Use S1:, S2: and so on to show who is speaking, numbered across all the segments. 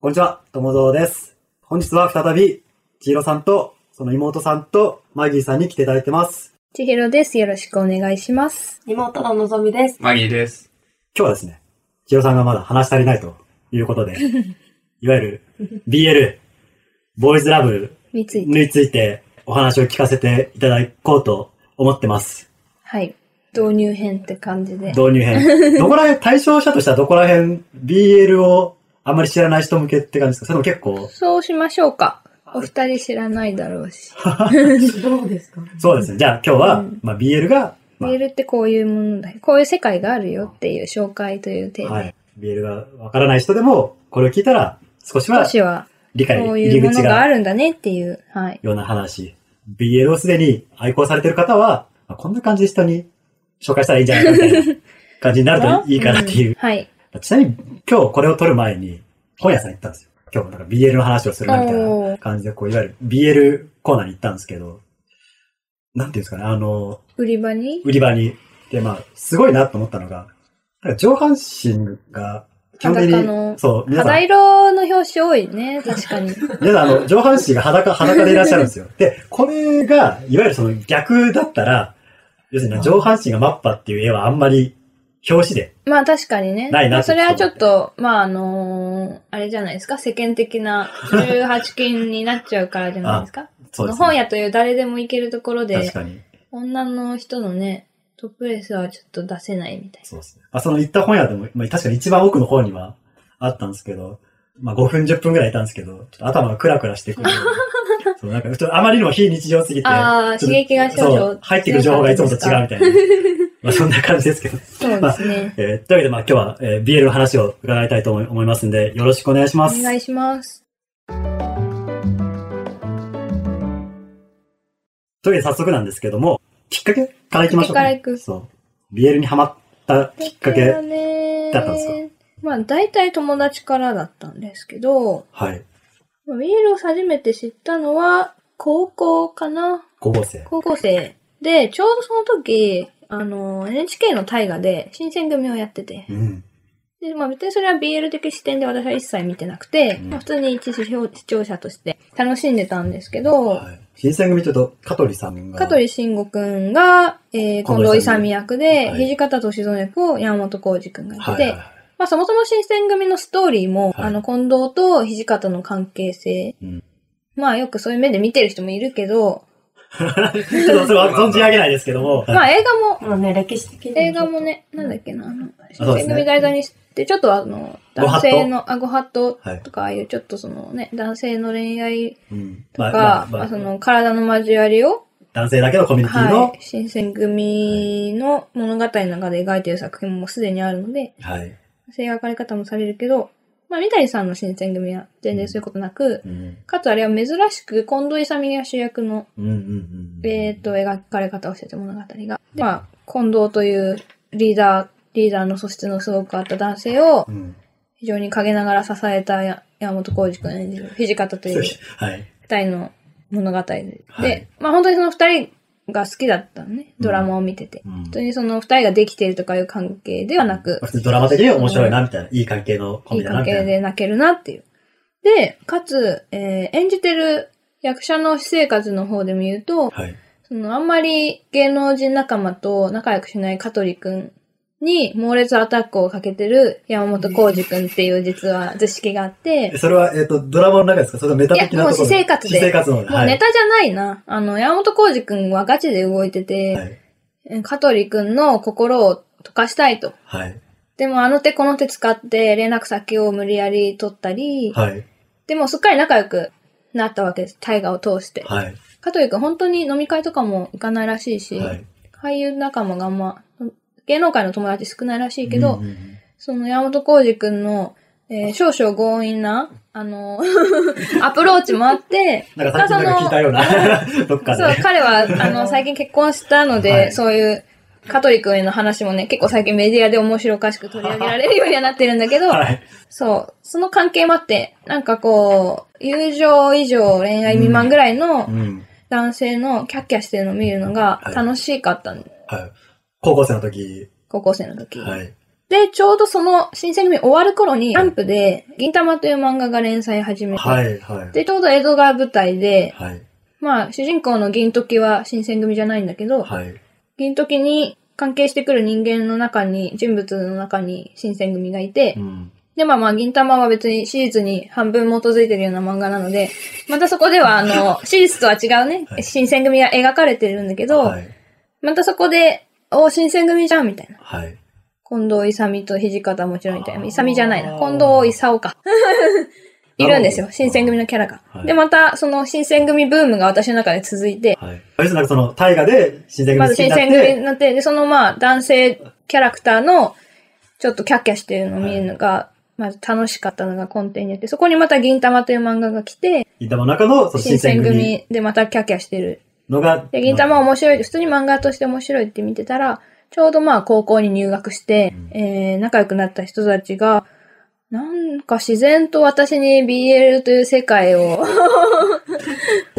S1: こんにちは、友蔵です。本日は再び、千尋さんと、その妹さんと、マギーさんに来ていただいてます。
S2: ちひろです。よろしくお願いします。
S3: 妹ののぞ みです。
S4: マギーです。
S1: 今日はですね、千尋さんがまだ話し足りないということ で、いわゆる BL、ボーイズラブ
S2: について。
S1: についてお話を聞かせていただこうと思ってます。
S2: はい。導入編って感じで。
S1: 導入 編。どこら辺、対象者としてはどこら辺 BL をあんまり知らない人向けって感じですかそれとも結構、
S2: そうしましょうか。お二人知らないだろうし。
S3: どうですか
S1: そうですね。じゃあ今日は、
S2: うん
S1: まあ BL が、まあ
S2: メールってこういうものだ。こういう世界があるよっていう紹介というテーマ。
S1: はい。BL がわからない人でも、これを聞いたら、少しは
S2: 少しは
S1: 理解、
S2: こう
S1: 入
S2: い
S1: り
S2: うもの
S1: 口
S2: が
S1: が
S2: あ
S1: ある
S2: るんだねっていう。はい。
S1: ような話。BL をすでに愛好されてる方は、まあこんな感じで人に紹介したらいいんじゃないかみたいな感じになるといいかなってい
S2: ん
S1: う。
S2: はい。
S1: ちなみに、今日これを撮る前に、本屋さん行ったんですよ。今日なんか BL の話をするなみたい
S2: お
S1: な
S2: ー
S1: 感じで、こう、いわゆる BL コーナーに行ったんですけど、なんていうんですかね、あの、
S2: 売り場に
S1: 売り場に。で、まあ、すごいなと思ったのが、なんか上半身が、基本的
S2: 裸の
S1: に、そう、皆さ
S2: 肌
S1: ん、
S2: 色の表紙多い ね。確かに。
S1: 皆さん、あの、上半身が裸、裸でいらっしゃるん ですよ。で、これが、いわゆるその逆だったら、要するに上半身がマッパっていう絵はあんまり、表紙で、
S2: まあ確かにね。
S1: ないな
S2: まあ
S1: って
S2: それはちょっと、まああのーあれじゃないですか。世間的な18禁になっちゃうからじゃないですか。
S1: そうです、ね。
S2: 本屋という誰でも行けるところ
S1: 確
S2: で、
S1: かに。
S2: 女の人のね、トップレスはちょっと出せないみたい
S1: そうですね。まあ、その行った本屋でも、まあ、確かに一番奥の方にはあったんですけど、まあ、5分、10分ぐらいいたんですけど、ちょっと頭がクラクラ してくる。そう、なんか、ちょっとあまりにも非日常すぎて、
S2: あー
S1: ちょっと
S2: 刺激が少々
S1: そう入ってくる情報がいつもと違うみ たいな。まあ、そんな感じですけど。
S2: な。そうで すね。
S1: えーというわけで、まあ、今日は、えー BL の話を伺いたいと思い思いますんで、よろしくお願いし
S2: お
S1: ます。
S2: 願いします。
S1: というわけで、早速なんですけども、きっかけからいきましょうか、
S2: きっかけからいく
S1: そう。BL にハマったきっかけ。
S2: だね
S1: だったんです
S2: まあ大体友達からだったんですけど、
S1: はい。
S2: まあメールを初めて知ったのは高校かな
S1: 高校生。
S2: 高校生。で、ちょうどその時、あの、NHK の大河で新選組をやってて
S1: う。ん。
S2: で、まあ別にそれは BL 的視点で私は一切見てなくて、
S1: うん
S2: まあ普通に一視聴者として楽しんでたんですけど、
S1: はい。新選組ちょっと、香取さんが。
S2: 香取慎吾くんが、えー、
S1: 近
S2: 近
S1: 藤
S2: 藤
S1: 勇
S2: 勇役で、
S1: はい
S2: 土方歳三役を山本浩二くんがやって
S1: はい
S2: て、
S1: はいはい。
S2: まあそもそも新選組のストーリーも、
S1: はい
S2: あの、近藤と土方の関係性、
S1: うん
S2: まあよくそういう目で見てる人もいるけど、
S1: ちょっとそれは存じ上げないですけども。
S2: まあ映画も、
S3: まあね、歴史的に。
S2: 映画も。ね、なんだっけな、あの、新
S1: そうですね
S2: 選組題材にして、ちょっとあの、
S1: ご法
S2: 男
S1: 度
S2: 性の、あ、ご法度
S1: はい
S2: とか、ああいうちょっとそのね、男性の恋愛
S1: うん
S2: が、まあ、そ
S1: まあ
S2: の体の交わりを、
S1: 男性だけのコミュニティの、
S2: はい、新選組の物語の中で描いている作品もすでにあるので、
S1: はい。
S2: 性描かれ方もされるけど、まあ、三谷さんの新選組は全然そういうことなく、
S1: うん。
S2: かつあれは珍しく近藤勇が主役の、
S1: うんうんうんうん。
S2: えー、と、描かれ方をしてて物語が。で、まあ、近藤というリーダー、リーダーの素質のすごくあった男性を
S1: うん。
S2: 非常に陰ながら支えたや山本浩二君演じる土方という
S1: はい。
S2: 二人の物語で、
S1: はい
S2: まあ本当にその二人が好きだったのね、ドラマを見てて。
S1: うん
S2: 本当にその二人ができているとかいう関係ではなく
S1: 普、通にドラマ的に面白いな、みたいな。いい関係のコン
S2: い
S1: ビ
S2: い
S1: だな、みた
S2: 関係
S1: いな。
S2: で泣けるなっていう。で、かつ、えー演じてる役者の私生活の方でも言うと、
S1: はい。
S2: そのあんまり芸能人仲間と仲良くしない香取くんに猛烈アタックをかけてる山本浩二くんっていう実は図式があって、
S1: それは、えっと、ドラマの中ですかそれともメタ的なところ
S2: いやもう私生活で
S1: 私生活の方で。
S2: もうネタじゃないな。あの、山本浩二くんはガチで動いてて、
S1: はい。
S2: え香取くんの心を溶かしたいと。
S1: はい。
S2: でもあの手この手使って連絡先を無理やり取ったり、
S1: はい。
S2: でもすっかり仲良くなったわけです。大河を通して。
S1: はい。
S2: 香取くん本当に飲み会とかも行かないらしいし、
S1: はい。
S2: 俳優仲間があんま、芸能界の友達少ないらしいけ
S1: う
S2: ど、
S1: んうんうん
S2: その山本浩二くんの、えー少々強引な、あの、 アプローチもあって、
S1: なんかさっきなんか聞いたような、 どっか
S2: そう、
S1: で。
S2: 彼は、あの、最近結婚したので、
S1: はい
S2: そういう、香取君への話もね、結構最近メディアで面白おかしく取り上げられるようにはなってるんだけど、
S1: はい。
S2: そう、その関係もあって、なんかこう、友情以上恋愛未満ぐらいの
S1: うん。
S2: 男性のキャッキャしてるのを見るのが
S1: はい
S2: 楽しかったん
S1: はい。高校生の時、
S2: 高校生の時。
S1: はい。
S2: で、ちょうどその新選組終わる頃に、キャンプで、銀玉という漫画が連載始めて、
S1: はい、はい。
S2: で、ちょうど江戸川舞台で、
S1: はい、
S2: まあ、主人公の銀時は新選組じゃないんだけど、
S1: はい。
S2: 銀時に関係してくる人間の中に、人物の中に新選組がいて、
S1: うん。
S2: で、まあまあ、銀玉は別に史実に半分基づいてるような漫画なので、またそこでは、あの、史実とは違うね、
S1: はい
S2: 新選組が描かれてるんだけど、
S1: はい、
S2: またそこで、お、新選組じゃん、みたいな。
S1: はい。
S2: 近藤勇と土方もちろんいた
S1: あ
S2: よ。
S1: ー
S2: 勇じゃないな。近藤勲か。いるんですよ。新選組のキャラが。
S1: はい
S2: で、また、その新選組ブームが私の中で続いて、
S1: はい。要するになんかその、大河で新選
S2: ま
S1: 組
S2: ず
S1: 好きに
S2: 新
S1: なっ
S2: 選組に
S1: て、
S2: なって、で、そのまあ、男性キャラクターの、ちょっとキャッキャしてるのを見るのが、まず楽しかったのが根底にあって、そこにまた銀玉という漫画が来て、
S1: 銀玉の中のその
S2: 新
S1: 新選
S2: 選
S1: 組
S2: 組でまたキャッキャしてる。
S1: のが、
S2: で、銀玉面白い、普通に漫画として面白いって見てたら、ちょうどまあ高校に入学して、
S1: うん
S2: えー、仲良くなった人たちが、なんか自然と私に BL という世界を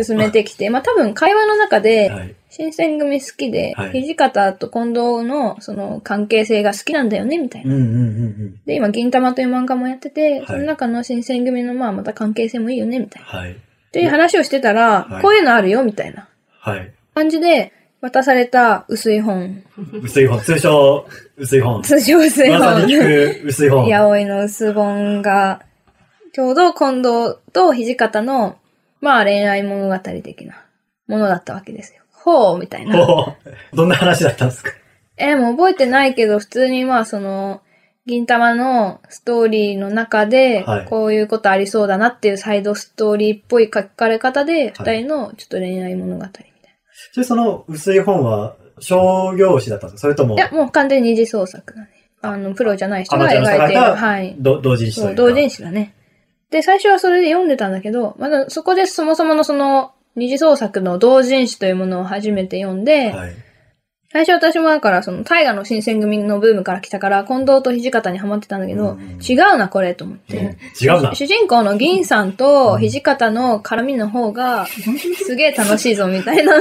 S2: 進めてきて、まあ多分会話の中で、
S1: はい、
S2: 新選組好きで、
S1: はい
S2: 土方と近藤のその関係性が好きなんだよね、みたいな。
S1: うんうんうんうん。
S2: で、今、銀玉という漫画もやってて、
S1: はい
S2: その中の新選組のまあまた関係性もいいよね、みたいな。
S1: はい、
S2: っていう話をしてたら、
S1: はい
S2: こういうのあるよ、みたいな
S1: はい。
S2: 感じで、渡された薄い本。
S1: 薄い本、通称、薄い本。
S2: 通常薄い
S1: 噂に
S2: 本。
S1: 聞く薄い本。
S2: 八百の薄本が、ちょうど近藤と土方の、まあ恋愛物語的なものだったわけですよ。ほう、みたいな。
S1: おーどんな話だったんですか
S2: えー、もう覚えてないけど、普通にまあその、銀玉のストーリーの中で、
S1: はい
S2: こういうことありそうだなっていうサイドストーリーっぽい書かれ方で、二人のちょっと恋愛物語みたい
S1: それその薄い本は商業誌だったんですかそれとも
S2: な。いや、もう完全に二次創作だね。あの、プロじゃない人
S1: アマ
S2: が
S1: チュアの人
S2: 描いてる。
S1: が
S2: はい。
S1: ど同人誌と
S2: そ、
S1: いううか
S2: 同人誌だね。で、最初はそれで読んでたんだけど、まだそこでそもそものその、二次創作の同人誌というものを初めて読んで、
S1: はい。
S2: 最初私もだから、その、大河の新選組のブームから来たから、近藤と土方にハマってたんだけ
S1: うん
S2: ど、
S1: うん
S2: 違うな、これ、と思っ
S1: うん
S2: て。
S1: 違 うな。
S2: 主人公の銀さんと土方の絡みの方が、すげえ楽しいぞ、みたいな。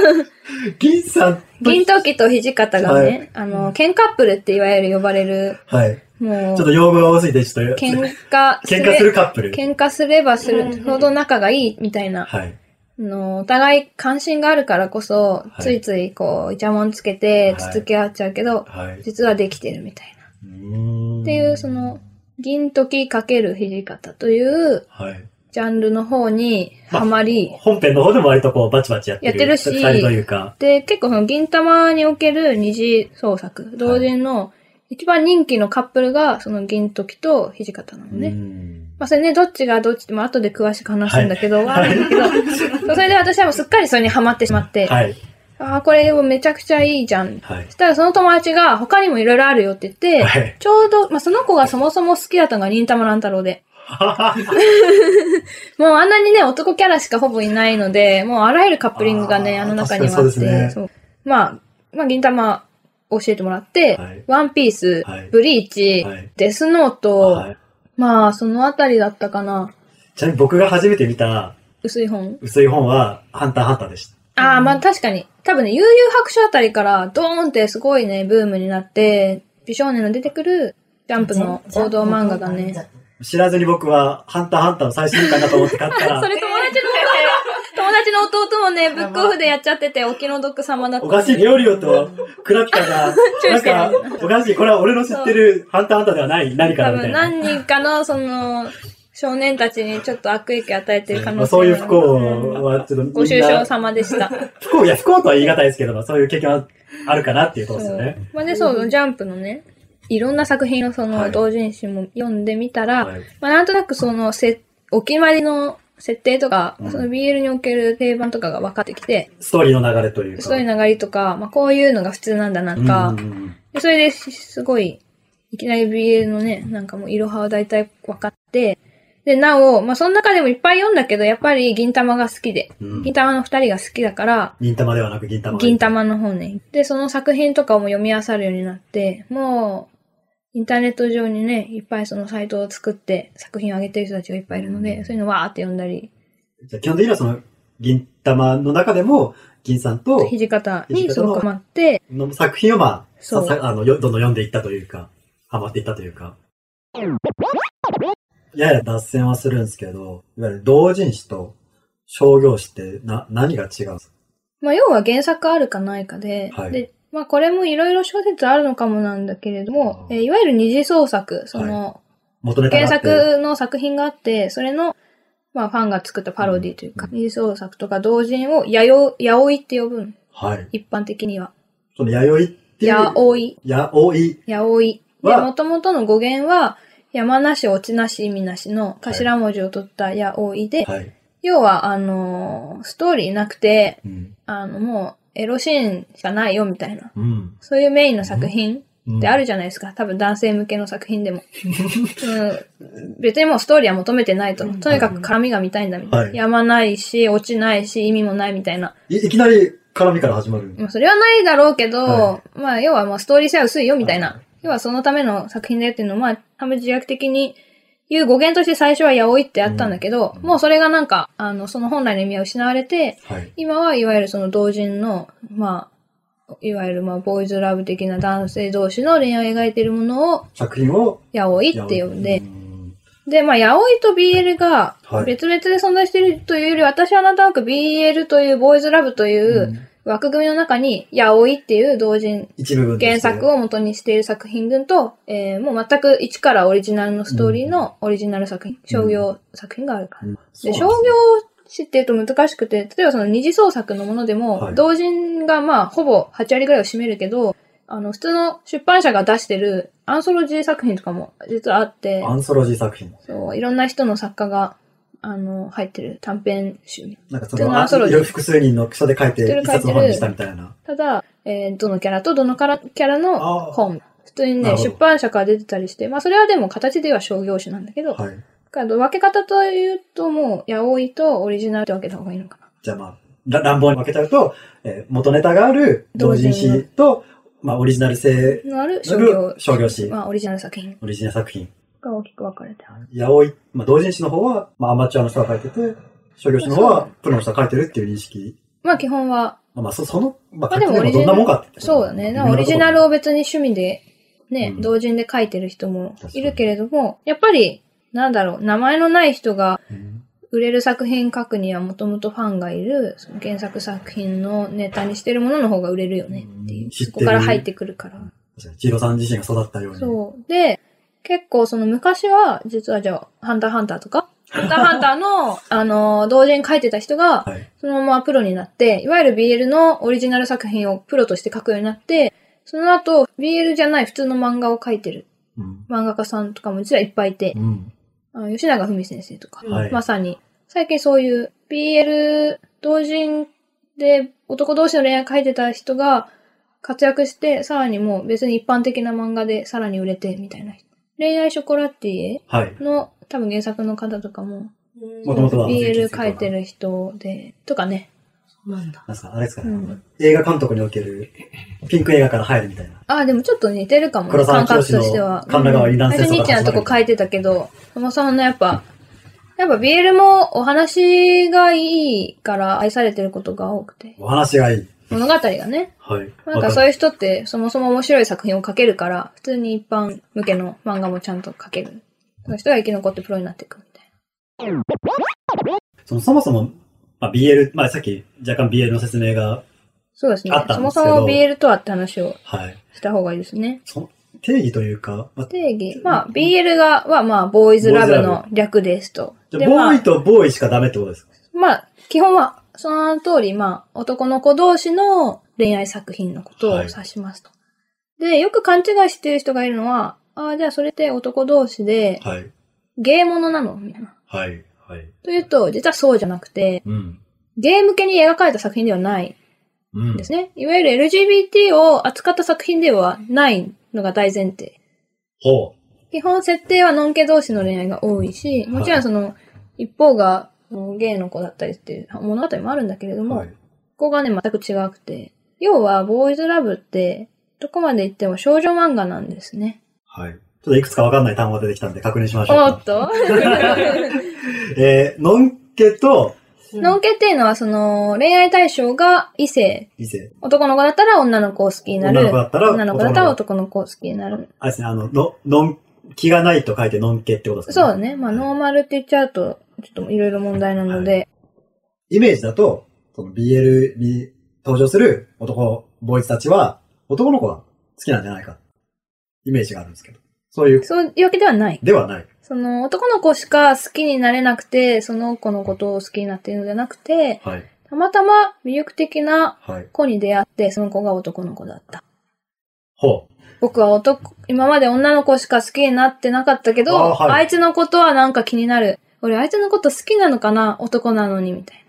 S1: 銀さんと。
S2: 銀時と土方がね、
S1: はい
S2: あの、喧嘩カップルっていわゆる呼ばれる、
S1: はい。
S2: も
S1: ちょっ
S2: う、
S1: と用語が多すぎて、ちょっと。
S2: 喧嘩
S1: 喧嘩するカップル。
S2: 喧嘩すればするほど仲がいい、みたいな。
S1: はい。
S2: あの、お互い関心があるからこそ、
S1: い
S2: ついついこう、イチャモンつけて、
S1: はい
S2: つつき合っちゃうけど、
S1: はい。
S2: 実はできてるみたいな。っ
S1: って
S2: いう、そ、の、銀時×土方という
S1: はい。
S2: ジャンルの方にハマり、
S1: 本編の方でも割とこう、バチバチやってる。
S2: やってるし
S1: 二人というか。
S2: で、結構その銀玉における二次創作、同人の一番人気のカップルが、その銀時と土方なのね。
S1: うん
S2: まあそれね、どっちがどっちって、まあ後で詳しく話すんだけど、は
S1: はい
S2: あるんだけど、 そうそれで私はもうすっかりそれにハマってしまって、
S1: はい。
S2: ああ、これめちゃくちゃいいじゃん。
S1: はい
S2: そし。たらその友達が他にもいろいろあるよって言って、
S1: はい
S2: ちょうど、まあその子がそもそも好きだったのが忍たま乱太郎で。もうあんなにね、男キャラしかほぼいないので、もうあらゆるカップリングがね、
S1: あ
S2: あ
S1: ー
S2: の中にはあ
S1: 確かにそ
S2: って、
S1: うですね
S2: そうまあ、まあ、銀玉教えてもらって、
S1: はい
S2: ワンピース、
S1: はい
S2: ブリーチ、
S1: はい
S2: デスノート、
S1: はい
S2: まあ、そのあたりだったかな、
S1: ちなみに僕が初めて見た
S2: 薄い本。
S1: 薄い本は、ハンターハンターでした。
S2: ああ、まあ確かに。多分ね、悠々白書あたりから、ドーンってすごいね、ブームになって、美少年の出てくる、ジャンプの王道漫画だね。それ
S1: 知らずに僕は、ハンターハンターの最新刊だと思って買 ったら、
S2: 友達の弟が、友達の弟もね、ブックオフでやっちゃってて、お気の毒様だった。
S1: おかしい、料理オとクラッカー が、
S2: 注意して
S1: な
S2: る
S1: んか、おかしい、これは俺の知ってるハンターハンターではない、何かだ
S2: 多
S1: みた
S2: 分
S1: いな。
S2: 何人かのその少年たちにちょっと悪影響を与えてる可
S1: ま
S2: 能
S1: あ
S2: 性が
S1: そういう不幸は、ちょっと
S2: ご
S1: みん
S2: 愁
S1: な
S2: 傷、様でした。
S1: 不幸、いや、不幸とは言い難いですけども、そういう経験はあるかなっていうことですよね。
S2: まあね、そう、ジャンプのね、いろんな作品をそ
S1: は
S2: の
S1: い
S2: 同人誌も読んでみたら、
S1: はい
S2: まあなんとなくそのせ、お決まりの設定とか、
S1: うん
S2: その BL における定番とかが分かってきて、
S1: ストーリーの流れというか。
S2: そういう流れとか、まあこういうのが普通なんだなとか、
S1: うんうんうん
S2: でそれですすごい、いきなり BL のね、なんかもう色派は大体分かって、で、なお、まあ、その中でもいっぱい読んだけど、やっぱり銀玉が好きで、
S1: うん
S2: 銀玉の二人が好きだから、
S1: 銀玉ではなく銀玉。
S2: 銀。玉の方ね。で、その作品とかも読み漁るようになって、もう、インターネット上にね、いっぱいそのサイトを作って作品を上げてる人たちがいっぱいいるので、そういうのわーって読んだり、
S1: じゃあ基本的にはその、銀玉の中でも、銀さんと、
S2: 土方にすごくハマって、
S1: の作品をまあ、
S2: そう
S1: ささあの、よどんどん読んでいったというか。ハマっていったというか。やや脱線はするんですけど、いわゆる同人誌と商業誌ってな、何が違うんですか
S2: まあ、要は原作あるかないかで、
S1: はい
S2: で、まあ、これもいろいろ諸説あるのかもなんだけれども、
S1: あー
S2: えーいわゆる二次創作、その、
S1: 元ネタ
S2: 原
S1: があって。
S2: 作の作品があって、それの、まあ、ファンが作ったパロディというか、
S1: うん
S2: 二次創作とか同人を、やよ、やおいって呼ぶの
S1: はい。
S2: 一般的には。
S1: その、弥生っていう。
S2: やおい、
S1: やおい。
S2: やおい。で、
S1: は
S2: もともとの語源は、山なし、落ちなし、意味なしの頭文字を取ったやおいで、
S1: はい。
S2: 要は、あのーストーリーなくて、
S1: うん。
S2: あの、もう、エロシーンしかないよ、みたいな。
S1: うん。
S2: そういうメインの作品
S1: うん
S2: ってあるじゃないですか。多分男性向けの作品でも。うん、別にもうストーリーは求めてないと。
S3: うん
S2: とにかく絡みが見たいんだみたいな。
S1: はい
S2: やまないし、落ちないし、意味もないみたいな。
S1: いいきなり絡みから始まる。
S2: まあ、それはないだろうけど、
S1: は
S2: まあ、要はもうストーリー性は薄いよみたいな。
S1: はい
S2: 要はそのための作品だよっていうのを、まあ、多分自虐的に言う語源として最初はやおいってあったんだけど、
S1: うん
S2: もうそれがなんか、あの、その本来の意味は失われて、
S1: はい。
S2: 今はいわゆるその同人の、まあ、いわゆるまあ、ボーイズラブ的な男性同士の恋愛を描いているものを、
S1: 作品を。
S2: やおいって呼んで
S1: う、ん
S2: で、まあ、やおいと BL が
S1: はい
S2: 別々で存在しているというより、私はなんとなく BL というボーイズラブといううん枠組みの中に、やおいっていう同人
S1: 一部分
S2: 原作
S1: を。
S2: を元にしている作品群と、えーもう全く一からオリジナルのストーリーのオリジナル作品、商業作品があるから。
S1: うん
S2: で商業誌って言うと難しくて、例えばその二次創作のものでも、
S1: はい
S2: 同人がまあほぼ8割ぐらいを占めるけど、あの普通の出版社が出してるアンソロジー作品とかも実はあって、
S1: アンソロジー作品。
S2: そういろんな人の作家があの入ってる短編集。
S1: なんかそ
S2: 普通
S1: の、
S2: のアンソロジー
S1: いろいろ複数人の人で書いて、一
S2: 複数で書いてる
S1: 冊の本にしたみたいな。
S2: ただ、えーどのキャラとどのキャラキャラの
S1: あー
S2: 本。普通に
S1: な
S2: ね、
S1: るほど
S2: 出版社から出てたりして、まあそれはでも形では商業誌なんだけど、
S1: はい。
S2: だから分け方というともう、やおいとオリジナルって分けた方がいいのかな。
S1: じゃあまあ、ら乱暴に分けちゃうと、えー元ネタがある同人誌と、まあ、オリジナル性
S2: のある
S1: の
S2: 商
S1: あ
S2: 業
S1: る商業誌、
S2: まあ、オリジナル作品
S1: オリジナル作品。
S2: が大きく分かれてある。
S1: やおい、まあ、同人誌の方は、まあ、アマチュアの人が書いてて、商業誌の方は、プロの人が書いてるっていう認識。
S2: まあ、基本は、
S1: まあまあ、そその、ま
S2: まあ
S1: あ、
S2: で
S1: で
S2: も
S1: もどんなもんかって言って
S2: そうだね。なんかオリジナル
S1: を。
S2: を別に趣味で、ね、
S1: うん
S2: 同人で書いてる人もいるけれども、やっぱり、なんだろう、名前のない人が
S1: うん
S2: 売れる作品書くにはもともとファンがいる、その原作作品のネタにしてるものの方が売れるよねっていうう。
S1: ん知って
S2: そ
S1: る
S2: こから入ってくるから。
S1: じゃあ千尋さん自身が育ったように。
S2: そう。で、結構その昔は、実はじゃあ、ハンターハンターとか、ハンターハンターの、あの、同人書いてた人が、
S1: はい。
S2: そのままプロになって、いわゆる BL のオリジナル作品をプロとして書くようになって、その後、BL じゃない普通の漫画を書いてる
S1: うん。
S2: 漫画家さんとかも実はいっぱいいて、
S1: うん。
S2: あの吉永文先生とか、
S1: はい
S2: まさに、最近そういう BL 同人で男同士の恋愛書いてた人が活躍して、さらにもう別に一般的な漫画でさらに売れてみたいな人。恋愛ショコラティエ
S1: はい。
S2: の多分原作の方とかも、
S1: もともとは
S2: BL 書いてる人で、とかね。
S3: なんだ。
S1: なんですか、あれですかね、
S2: うん
S1: 映画監督における、ピンク映画から入るみたいな。
S2: ああ、でもちょっと似てるかも、
S1: 黒沢
S2: 感
S1: 清の
S2: 覚としては。
S1: 神田川に男性
S2: 最初に
S1: と
S2: ちゃ
S1: か
S2: んのとこ書いてたけど、そもそもやっぱ、やっぱ BL もお話がいいから愛されてることが多くて。
S1: お話がいい。
S2: 物語がね。
S1: はい。
S2: なんか
S1: わ
S2: そう
S1: る
S2: いう人ってそもそも面白い作品を書けるから、普通に一般向けの漫画もちゃんと書ける。その人が生き残ってプロになっていくみたい
S1: そのそもそも、まあ、BL、まあ、さっき若干 BL の説明が、
S2: な。そうですね
S1: あっ。た
S2: そ
S1: ん
S2: も
S1: ですけ
S2: そ
S1: ど
S2: も BL とはって話を
S1: はい。
S2: した方がいいですね。
S1: その定義というか、まあ、
S2: 定義。まあ、BL が、はまあ、ボーイズラブの略ですと。
S1: じゃ
S2: で
S1: あボ
S2: ま
S1: ー
S2: あ
S1: イ、とボーイしかダメってことですか
S2: まあ、基本は、その通り、まあ、男の子同士の恋愛作品のことを
S1: はい
S2: 指しますと。で、よく勘違いしてる人がいるのは、ああ、じゃあそれって男同士で、
S1: はい。
S2: ゲーものなのみたいな。
S1: はい。はい。
S2: というと、実はそうじゃなくて、
S1: うん。
S2: ゲーム系に描かれた作品ではない
S1: うん
S2: んですね。いわゆる LGBT を扱った作品ではないのが大前提。
S1: ほ
S2: 基本設定はノンケ同士の恋愛が多いし、もちろんその、一方がゲイの子だったりっていう物語もあるんだけれど
S1: う。
S2: も、
S1: はい。
S2: ここがね、全く違くて。要は、ボーイズラブって、どこまで行っても少女漫画なんですね。
S1: はい。ちょっといくつかわかんない単 語が出てきたんで確認しましょう
S2: お
S1: か。
S2: っと
S1: えー、のんけと、
S3: うん
S2: ノンケっていう のは、その、恋愛対象が異性。
S1: 以前。
S2: 男の子だったら女の子を好きにな
S1: 女の
S2: る
S1: 子。だったら、
S2: 女の子だったら
S1: 男の子
S2: 男の子を好きになる。
S1: あれですね、あの、の、のん、気がないと書いてのんけってことです
S2: そう
S1: か
S2: だね。まあ、ノーマルって言っちゃうと、ちょっといろいろ問題なので。
S1: イメージだと、その BL に登場する男、ボーイズたちは、男の子が好きなんじゃないか。イメージがあるんですけど。そういう、
S2: そういうわけではない。
S1: ではない。
S2: その、男の子しか好きになれなくて、その子のことを好きになっているのではなくて、
S1: はい。
S2: たまたま魅力的な
S1: はい。
S2: 子に出会って、その子が男の子だった。
S1: ほう。
S2: 僕は男、今まで女の子しか好きになってなかったけど、
S1: あーはい
S2: あいつのことはなんか気になる。俺、あいつのこと好きなのかな男なのに、みたいな。っ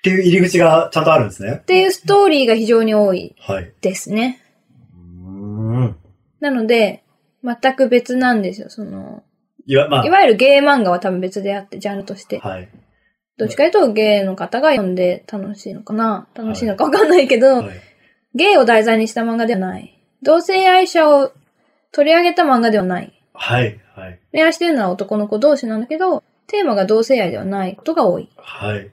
S1: っていう入り口がちゃんとあるんですね。
S2: ていうストーリーが非常に多い
S1: はい。う
S2: ですね。
S1: ーん。
S2: なので、全く別なんですよ。その、
S1: いわ、ま
S2: いわゆるゲイ漫画は多分別であって、ジャンルとして
S1: あ、。はい。
S2: どっちかというと、ゲイの方が読んで楽しいのかな楽しいのかわかんないけど、
S1: はい。
S2: ゲイを題材にした漫画ではない。同性愛者を取り上げた漫画ではない。
S1: はい。はい。
S2: 恋愛してるのは男の子同士なんだけど、テーマが同性愛ではないことが多い。
S1: はい。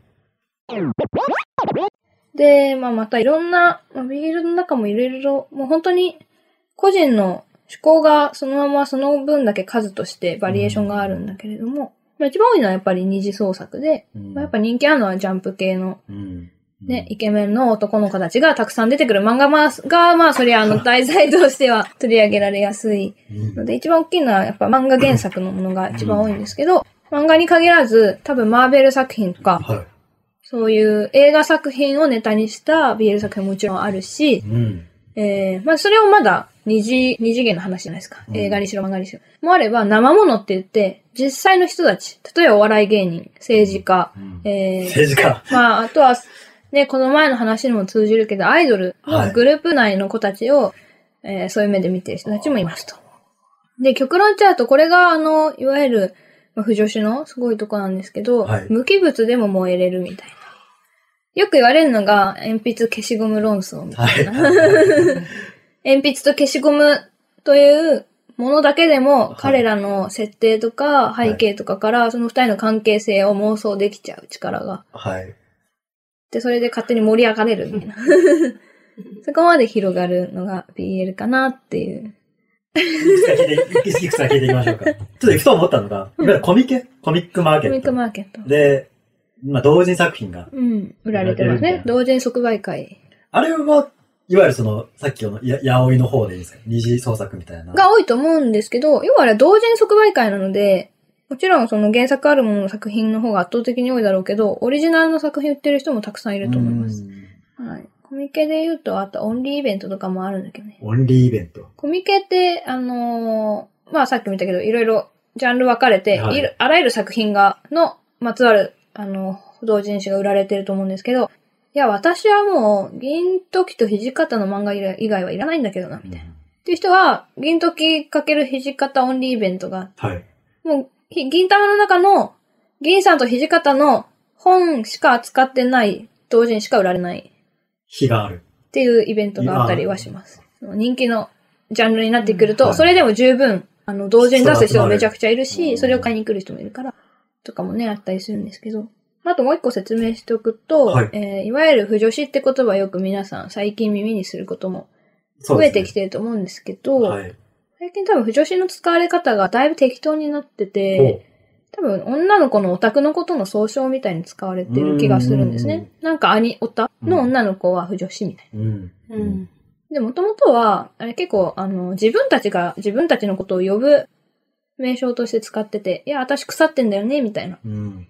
S2: で、まあまたいろんな、まあ、ビールの中もいろいろ、もう本当に個人の趣向がそのままその分だけ数としてバリエーションがあるんだけれども、まあ一番多いのはやっぱり二次創作で、
S1: うん
S2: まあ、やっぱ人気あるのはジャンプ系の
S1: うん。
S2: ね、イケメンの男の子たちがたくさん出てくる漫画まが、まあそれはあの題材としては取り上げられやすい
S1: うん
S2: ので、一番大きいのはやっぱ漫画原作のものが一番多いんですけど、漫画に限らず、多分マーベル作品とか、
S1: は
S2: そういう映画作品をネタにした BL 作品ももちろんあるし
S1: い。、うん。
S2: えー、まあそれをまだ二次、二次元の話じゃないですか。
S1: うん
S2: 映画にしろ漫画にしろ。もあれば生ものって言って、実際の人たち、例えばお笑い芸人、政治家、
S1: うん
S2: えー、
S1: 政治家。
S2: まあ、あとは、ね、この前の話にも通じるけど、アイドルのグループ内の子たちを、えーそういう目で見てる人たちもいますと。で、極論言っちゃうと、これが、あの、いわゆる、まあ、不女子のすごいとこなんですけど、
S1: はい
S2: 無機物でも燃えれるみたいな。よく言われるのが、鉛筆消しゴム論争みたいな
S1: はい。は
S2: 鉛筆と消しゴムというものだけで
S1: は
S2: も
S1: い
S2: 彼らの設定とか背景とかからその二人の関係性を妄想できちゃう力が。
S1: い。
S2: で、それで勝手に盛り上がれるみたいな。 そこまで広がるのが BL かなっていう。
S1: いくつか聞いて、いくつか聞いていきま しょうか。ちょっとふと思ったのが、いわゆるコミケコミックマーケ
S2: コ
S1: ッ
S2: ミック
S1: ト。
S2: マーケット。
S1: で、まあ、同人作品が。
S2: うん。売られてま
S1: 売られ
S2: す
S1: てる
S2: ね
S1: み。たい
S2: 同人即売会。
S1: あれは、いわゆるその、さっきの、や、やおいの方でいいですか二次創作みたいな。
S2: が多いと思うんですけど、要はあれは同人即売会なので、もちろんその原作あるものの作品の方が圧倒的に多いだろうけど、オリジナルの作品売ってる人もたくさんいると思います。
S1: うん
S2: はい。コミケで言うと、あとオンリーイベントとかもあるんだけどね。
S1: オンリーイベント。
S2: コミケって、あのーまあさっきも言ったけど、いろいろジャンル分かれて、
S1: はい
S2: いろあらゆる作品が、の、まつわる、あの、同人誌が売られてると思うんですけど、いや、私はもう、銀時と土方の漫画以外以外はいらないんだけどな、みたいな。っていう人は、銀時かける土方オンリーイベントがあって
S1: はい。
S2: もう、ひ銀玉の中の、銀さんと土方の本しか扱ってない、同人しか売られない
S1: 日がある。
S2: っていうイベントがあったりはします。人気のジャンルになってくると、
S1: はい
S2: それでも十分、あの、同時に出す人もめちゃくちゃいる
S1: 人が集まる
S2: し、それを買いに来る人もいるから、とかもね、あったりするんですけど。あともう一個説明しておくと、
S1: はい
S2: えーいわゆる不女子って言葉よく皆さん最近耳にすることも
S1: そう
S2: 増
S1: で
S2: え
S1: すね
S2: てきてると思うんですけど、
S1: はい。
S2: 最近多分不女子の使われ方がだいぶ適当になって
S1: ほう
S2: て、多分女の子のオタクのことの総称みたいに使われてる気がするんです
S1: うんうん
S2: ね。なんか兄オタの女の子は不女子みたいな。
S1: うん。
S3: うん。
S2: で、もともとは、あれ結構、あの、自分たちが自分たちのことを呼ぶ名称として使ってて、いや、私腐ってんだよね、みたいな。
S1: うん。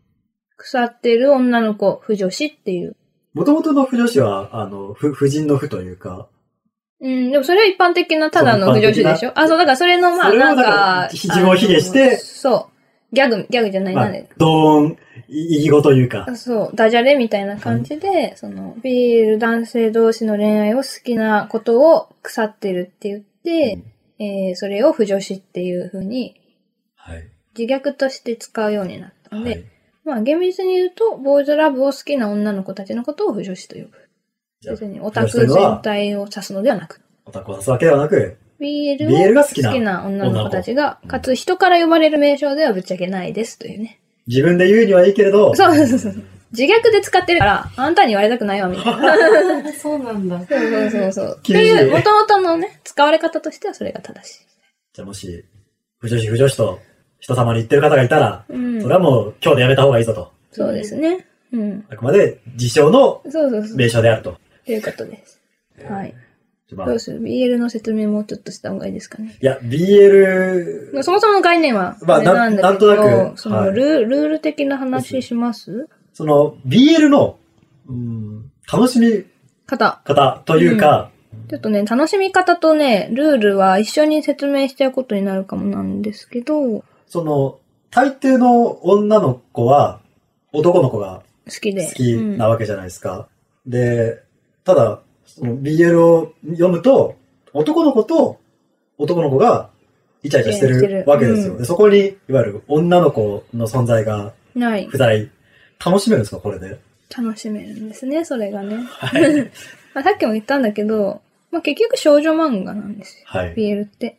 S2: 腐ってる女の子、不女子っていう。
S1: もともとの不女子は、あの、不、婦人の不というか、
S2: うん、でもそれは一般的なただの不女
S1: そう
S2: 子でし
S1: 一般的
S2: ょあ、そう、だからそれの、まあ、
S1: それ
S2: な
S1: を
S2: ん
S1: だから
S2: か、
S1: 自分を卑下して、
S2: そう、ギャグ、ギャグじゃない、
S1: ま
S2: な
S1: あ
S2: んで、、
S1: 同音、異義語というか、
S2: そう、ダジャレみたいな感じで、その、ビール男性同士の恋愛を好きなことを腐ってるって言って、えー、それを不女子っていう風に
S1: はい。
S2: 自虐として使うようになったので、
S1: はい。
S2: まあ厳密に言うと、ボーイズラブを好きな女の子たちのことを不女子と呼ぶ。
S1: じゃあ
S2: 別にオタク全体を指すのではなく、
S1: オタクを指すわけではなく、
S2: BL
S1: BL
S2: を
S1: が
S2: 好
S1: 好きな
S2: きな女の子たちが
S1: うん、
S2: かつ人から呼ばれる名称ではぶっちゃけないですというね。
S1: 自分で言うにはいいけれど、
S2: そうそうそうそう。自虐で使ってるから、あんたに言われたくないわ、みたいな。
S3: そうなんだ。
S2: そうそうそうそう。っ て
S1: 厳しい
S2: いう、元々のね、使われ方としてはそれが正しい。
S1: じゃあもし、不女子不女子と人様に言ってる方がいたら、
S2: うん
S1: それ。はもう今日でやめた方がいいぞと。
S2: そうですね。うん。
S1: あくまで自称の
S2: そうそうそう。
S1: 名称であると。
S2: ということです。はい。
S1: まあ
S2: ど
S1: いう
S2: する ?BL の説明もちょっとした方がいいですかね。
S1: や、BL、
S2: そもそもの概念は、
S1: まあ
S2: あれなんだけど、
S1: なんなんとなく
S2: そ
S1: は
S2: の
S1: い
S2: ルー、ルール的な話します
S1: その BL の、うん、楽しみ
S2: 方。
S1: 方というか、
S2: ちょっとね、楽しみ方とね、ルールは一緒に説明しちゃうことになるかもなんですけど、好
S1: その、大抵の女の子は男の子が
S2: きで。
S1: 好きなわけじゃないですか。で、ただ、その BL を読むと、男の子と男の子がイチャイチャして
S2: イチャイチャして
S1: る
S2: る
S1: わけですよ。
S2: うん
S1: でそこに、いわゆる女の子の存在が
S2: うんない
S1: 不。在。楽しめるんですかこれで。
S2: 楽しめるんですね、それがね。
S1: はい。
S2: まあ、さっきも言ったんだけど、まあ、結局少女漫画なんですよ。
S1: はい。
S2: BL って。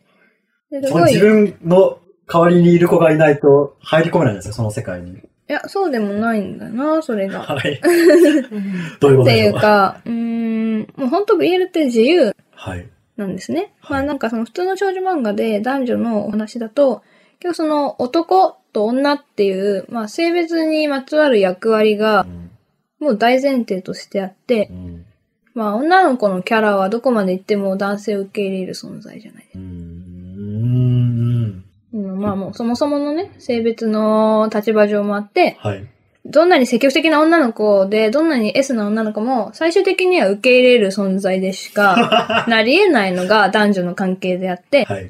S2: です
S1: そ
S2: ご
S1: の
S2: い。
S1: 自
S2: い
S1: 分の代わりにいる子がいないと入り込めないんですよ、その世界に。
S2: や、そうでもないんだな、それが。
S1: はい。
S3: うん
S1: どういうこと
S2: ってい
S1: でし
S2: う
S1: ょうか。
S2: か、うーん、もう本当 BL って自由
S1: はい。
S2: なんですね。
S1: はい
S2: まあなんかその普通の少女漫画で男女のお話だと、結構その男と女っていう、まあ性別にまつわる役割が
S1: うん
S2: もう大前提としてあって
S1: う、ん
S2: まあ女の子のキャラはどこまで行っても男性を受け入れる存在じゃない。
S1: うんうん
S2: うん、まあもうそもそものね、性別の立場上もあって、
S1: はい。
S2: どんなに積極的な女の子で、どんなに S な女の子も、最終的には受け入れる存在で しかなり得ないのが男女の関係であって、
S1: はい。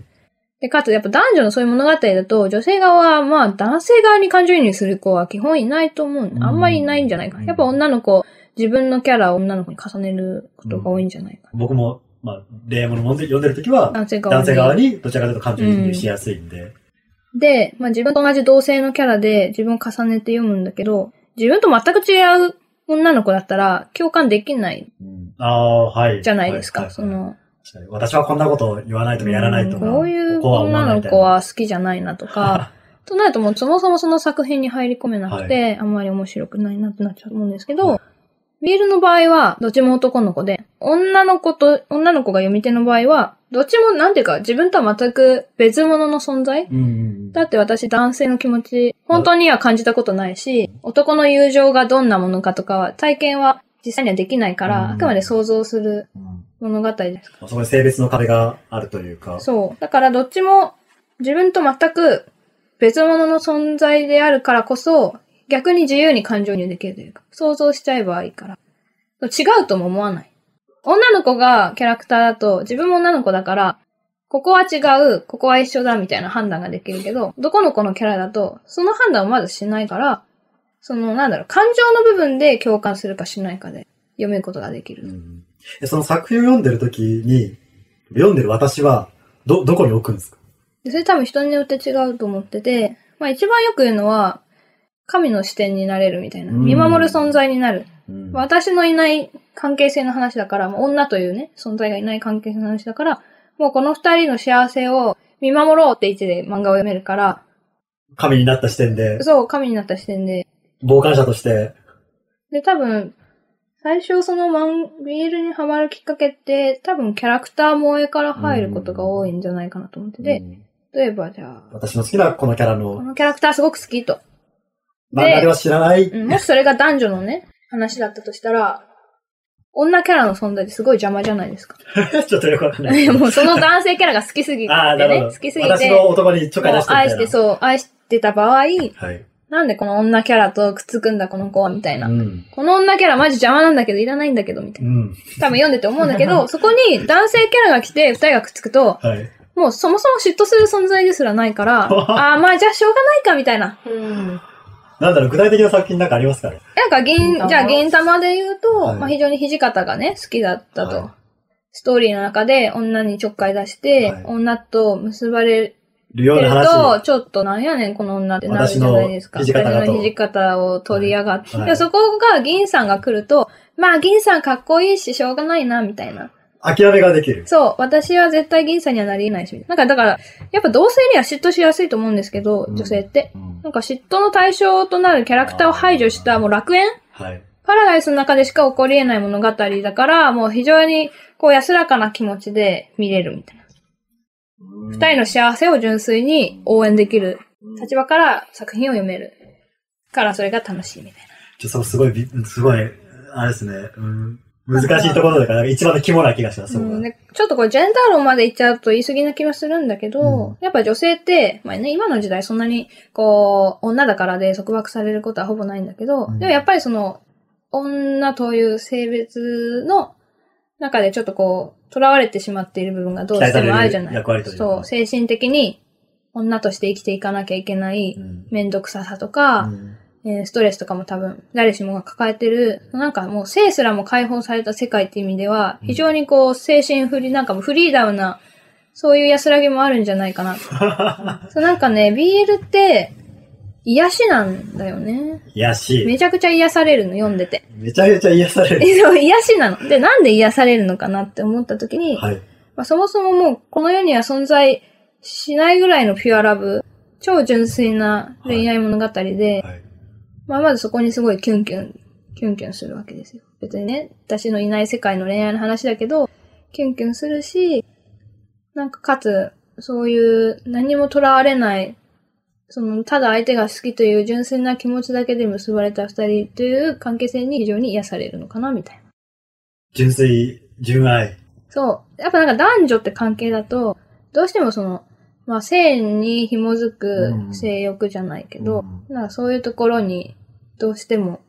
S2: でかつやっぱ男女のそういう物語だと、女性側はまあ男性側に感情移入する子は基本いないと思う。
S1: うん
S2: あんまりいないんじゃないかな。やっぱ女の子、自分のキャラを女の子に重ねることが多いんじゃないか。
S1: 僕も、まあ、例文のもんで読んでるときは、
S2: 男性側
S1: 男性
S2: に
S1: 側にどちらかというと感情移入しやすいんで。
S2: で、まあ自分と同じ同性のキャラで自分を重ねて読むんだけど、自分と全く違う女の子だったら共感できない
S1: うんああ、はい。
S2: じゃないですか。
S1: はい
S2: そ。の、
S1: 確かに私はこんなことを言わないとかやらないとか。
S2: うんこういう
S1: こは思わな
S2: 女
S1: い
S2: の
S1: みたいな
S2: 子。は好きじゃないなとか、となるともうそもそもその作品に入り込めなくて、あんまり面白くないなってなっちゃうと思うんですけど、
S1: はい
S2: ビールの場合は、どっちも男の子で、女の子と、女の子が読み手の場合は、どっちもなんていうか自分とは全く別物の存在
S1: うんうん
S2: だって私男性の気持ち、本当には感じたことないし、男の友情がどんなものかとかは、体験は実際にはできないから、
S1: うん
S2: あくまで想像する
S1: うん。うん
S2: 物語です
S1: まあそこに性別の壁があるというか。
S2: そう。だからどっちも自分と全く別物の存在であるからこそ、逆に自由に感情にできるというか、想像しちゃえばいいから。違うとも思わない。女の子がキャラクターだと、自分も女の子だから、ここは違う、ここは一緒だみたいな判断ができるけど、どこの子のキャラだと、その判断をまずしないから、その、なんだろう、感情の部分で共感するかしないかで読めることができる。
S1: うんえその作品を読んでるときに、読んでる私は、ど、どこに置くんですか
S2: でそれ多分人によって違うと思ってて、まあ一番よく言うのは、神の視点になれるみたいな。
S1: うん
S2: 見守る存在になる。
S1: うん
S2: 私のいない関係性の話だから、もう女というね、存在がいない関係性の話だから、もうこの二人の幸せを見守ろうって位置で漫画を読めるから、
S1: 神になった視点で、
S2: そう、神になった視点で。
S1: 傍観者として、
S2: で、多分、最初そのマン、ビールにハマるきっかけって、多分キャラクター萌えから入ることが多いんじゃないかなと思って
S1: う
S2: て、
S1: ん
S2: 例えばじゃあ、
S1: 私の好きなこのキャラ
S2: こ
S1: の
S2: のキャラクターすごく好きと。で
S1: 漫画では知らない。
S2: うんもしそれが男女のね、話だったとしたら、女キャラの存在ってすごい邪魔じゃないで すか。
S1: ちょっとよくわかんない。
S2: もうその男性キャラが好きすぎて
S1: ああ、なるほ
S2: ね、
S1: ど。
S2: 好きすぎ
S1: 私
S2: て、
S1: の
S2: も
S1: 男にちょ
S2: う
S1: っかい出してみたいな。
S2: 愛して、そう、愛してた場合、
S1: はい。
S2: なんでこの女キャラとくっつくんだこの子は、みたいうな。
S1: ん。
S2: この女キャラマジ邪魔なんだけど、いらないんだけど、みたいうな。
S1: ん。
S2: 多分読んでて思うんだけ ど、そこに男性キャラが来て二人がくっつくと、
S1: はい。
S2: もうそもそも嫉妬する存在ですらな いから、ああ、まあじゃあしょうがないか、みたいな。
S3: うん。
S1: なんだろう、具体的な作品なんかありますかね
S2: なんか銀、
S3: 銀玉
S2: じゃあ銀玉で言うと、
S1: はい
S2: まあ非常に土方がね、好きだったと。
S1: は
S2: ストーリーの中で女にちょっかい出して、
S1: はい
S2: 女と結ばれ
S1: るような
S2: てる
S1: 話
S2: と、。ちょっとなんやねんこの女ってなるじゃないですか。
S1: 私の土方がと
S2: 私の土方を取り上がって。
S1: はいはい
S2: でそこが銀さんが来ると、まあ銀さんかっこいいししょうがないな、みたいな。
S1: 諦めができる。
S2: そう、私は絶対銀さんにはなり得ないし、みたいな。なんかだから、やっぱ同性には嫉妬しやすいと思うんですけど、
S1: うん
S2: 女性って。
S1: うん
S2: なんか嫉妬の対象となるキャラクターを排除した、もう楽園
S1: はい。
S2: パラダイスの中でしか起こり得ない物語だから、もう非常にこう安らかな気持ちで見れるみたいな。
S1: 二
S2: 二人の幸せを純粋に応援できる立場から作品を読める。からそれが楽しいみたい
S1: ちょ、そう、すごいび、すごい、あれですね。うん、難しいところだから、一番の肝な気がします、
S2: な。
S1: そうこが
S2: ん、でちょっとこうジェンダー論まで言っちゃうと言い過ぎな気もするんだけど、
S1: うん
S2: やっぱ女性って、まあね、今の時代そんなにこう女だからで束縛されることはほぼないんだけど、
S1: うん
S2: でもやっぱりその女という性別の中でちょっとこう、囚われてしまっている部分がどうしてもあるじゃな
S1: 期待され
S2: い
S1: る役割というか
S2: そう、精神的に女として生きていかなきゃいけない
S1: うん
S2: めんどくささとか、
S1: うん
S2: えーストレスとかも多分誰しもが抱えてる、なんかもう性すらも解放された世界って意味では、
S1: うん
S2: 非常にこう精神フリー、なんかもうフリーダムな、そういう安らぎもあるんじゃないかな。 そうなんかね、BL って癒しなんだよね。
S1: 癒し。
S2: めちゃくちゃ癒されるの、読んで て。
S1: めちゃめちゃ癒される。
S2: でも癒しなの。で、なんで癒されるのかなって思った時に、
S1: はい。
S2: まあ、そもそももうこの世には存在しないぐらいのピュアラブ、超純粋な恋愛物語で、
S1: はい。
S2: まあ、まずそこにすごいキュンキュン、キュンキュンするわけですよ。別にね、私のいない世界の恋愛の話だけど、キュンキュンするし、なんかかつ、そういう何も囚われない、その、ただ相手が好きという純粋な気持ちだけで結ばれた二人という関係性に非常に癒されるのかな、みたいな。
S1: 純粋、純愛。
S2: そう。やっぱなんか男女って関係だと、どうしてもその、まあ、性に紐づく性欲じゃないけど、
S1: う
S2: なんかそういうところにどうしても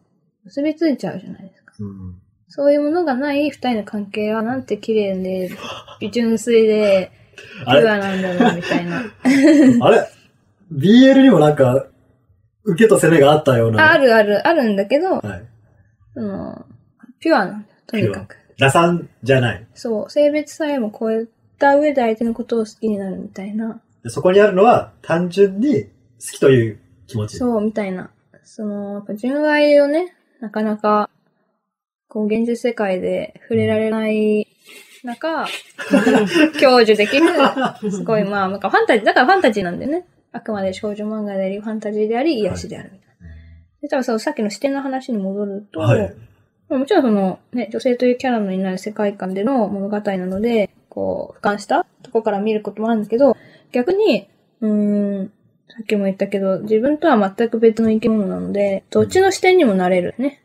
S2: 結びついちゃうじゃないですか。
S1: うん
S2: そういうものがない二人の関係はなんて綺麗で、純粋で、ピ
S1: あ
S2: ュア
S1: れ、
S2: なんだろうみたいな。
S1: あれ ?BL にもなんか、受けと攻めがあったよう
S2: あ
S1: な。
S2: あるある、あるんだけど、
S1: はい。
S2: その、ピュアなんだよ、とにかく。
S1: 打算じゃない。
S2: そう、性別さえも超えた上で相手のことを好きになるみたいな。
S1: でそこにあるのは、単純に好きという気持ち。
S2: そう、みたいな。その、やっぱ純愛をね、なかなか、こう、現実世界で触れられない中、 享受で きる、すごい、まあ、なんかファンタジー、だからファンタジーなんだよね。あくまで少女漫画であり、ファンタジーであり、癒しであるみたいな。で、多分そのさっきの視点の話に戻ると、
S1: はい。
S2: まあもちろんその、ね、女性というキャラのいない世界観での物語なので、こう、俯瞰したとこから見ることもあるんだけど、逆に、うーん、さっきも言ったけど、自分とは全く別の生き物なので、どっちの視点にもなれるね。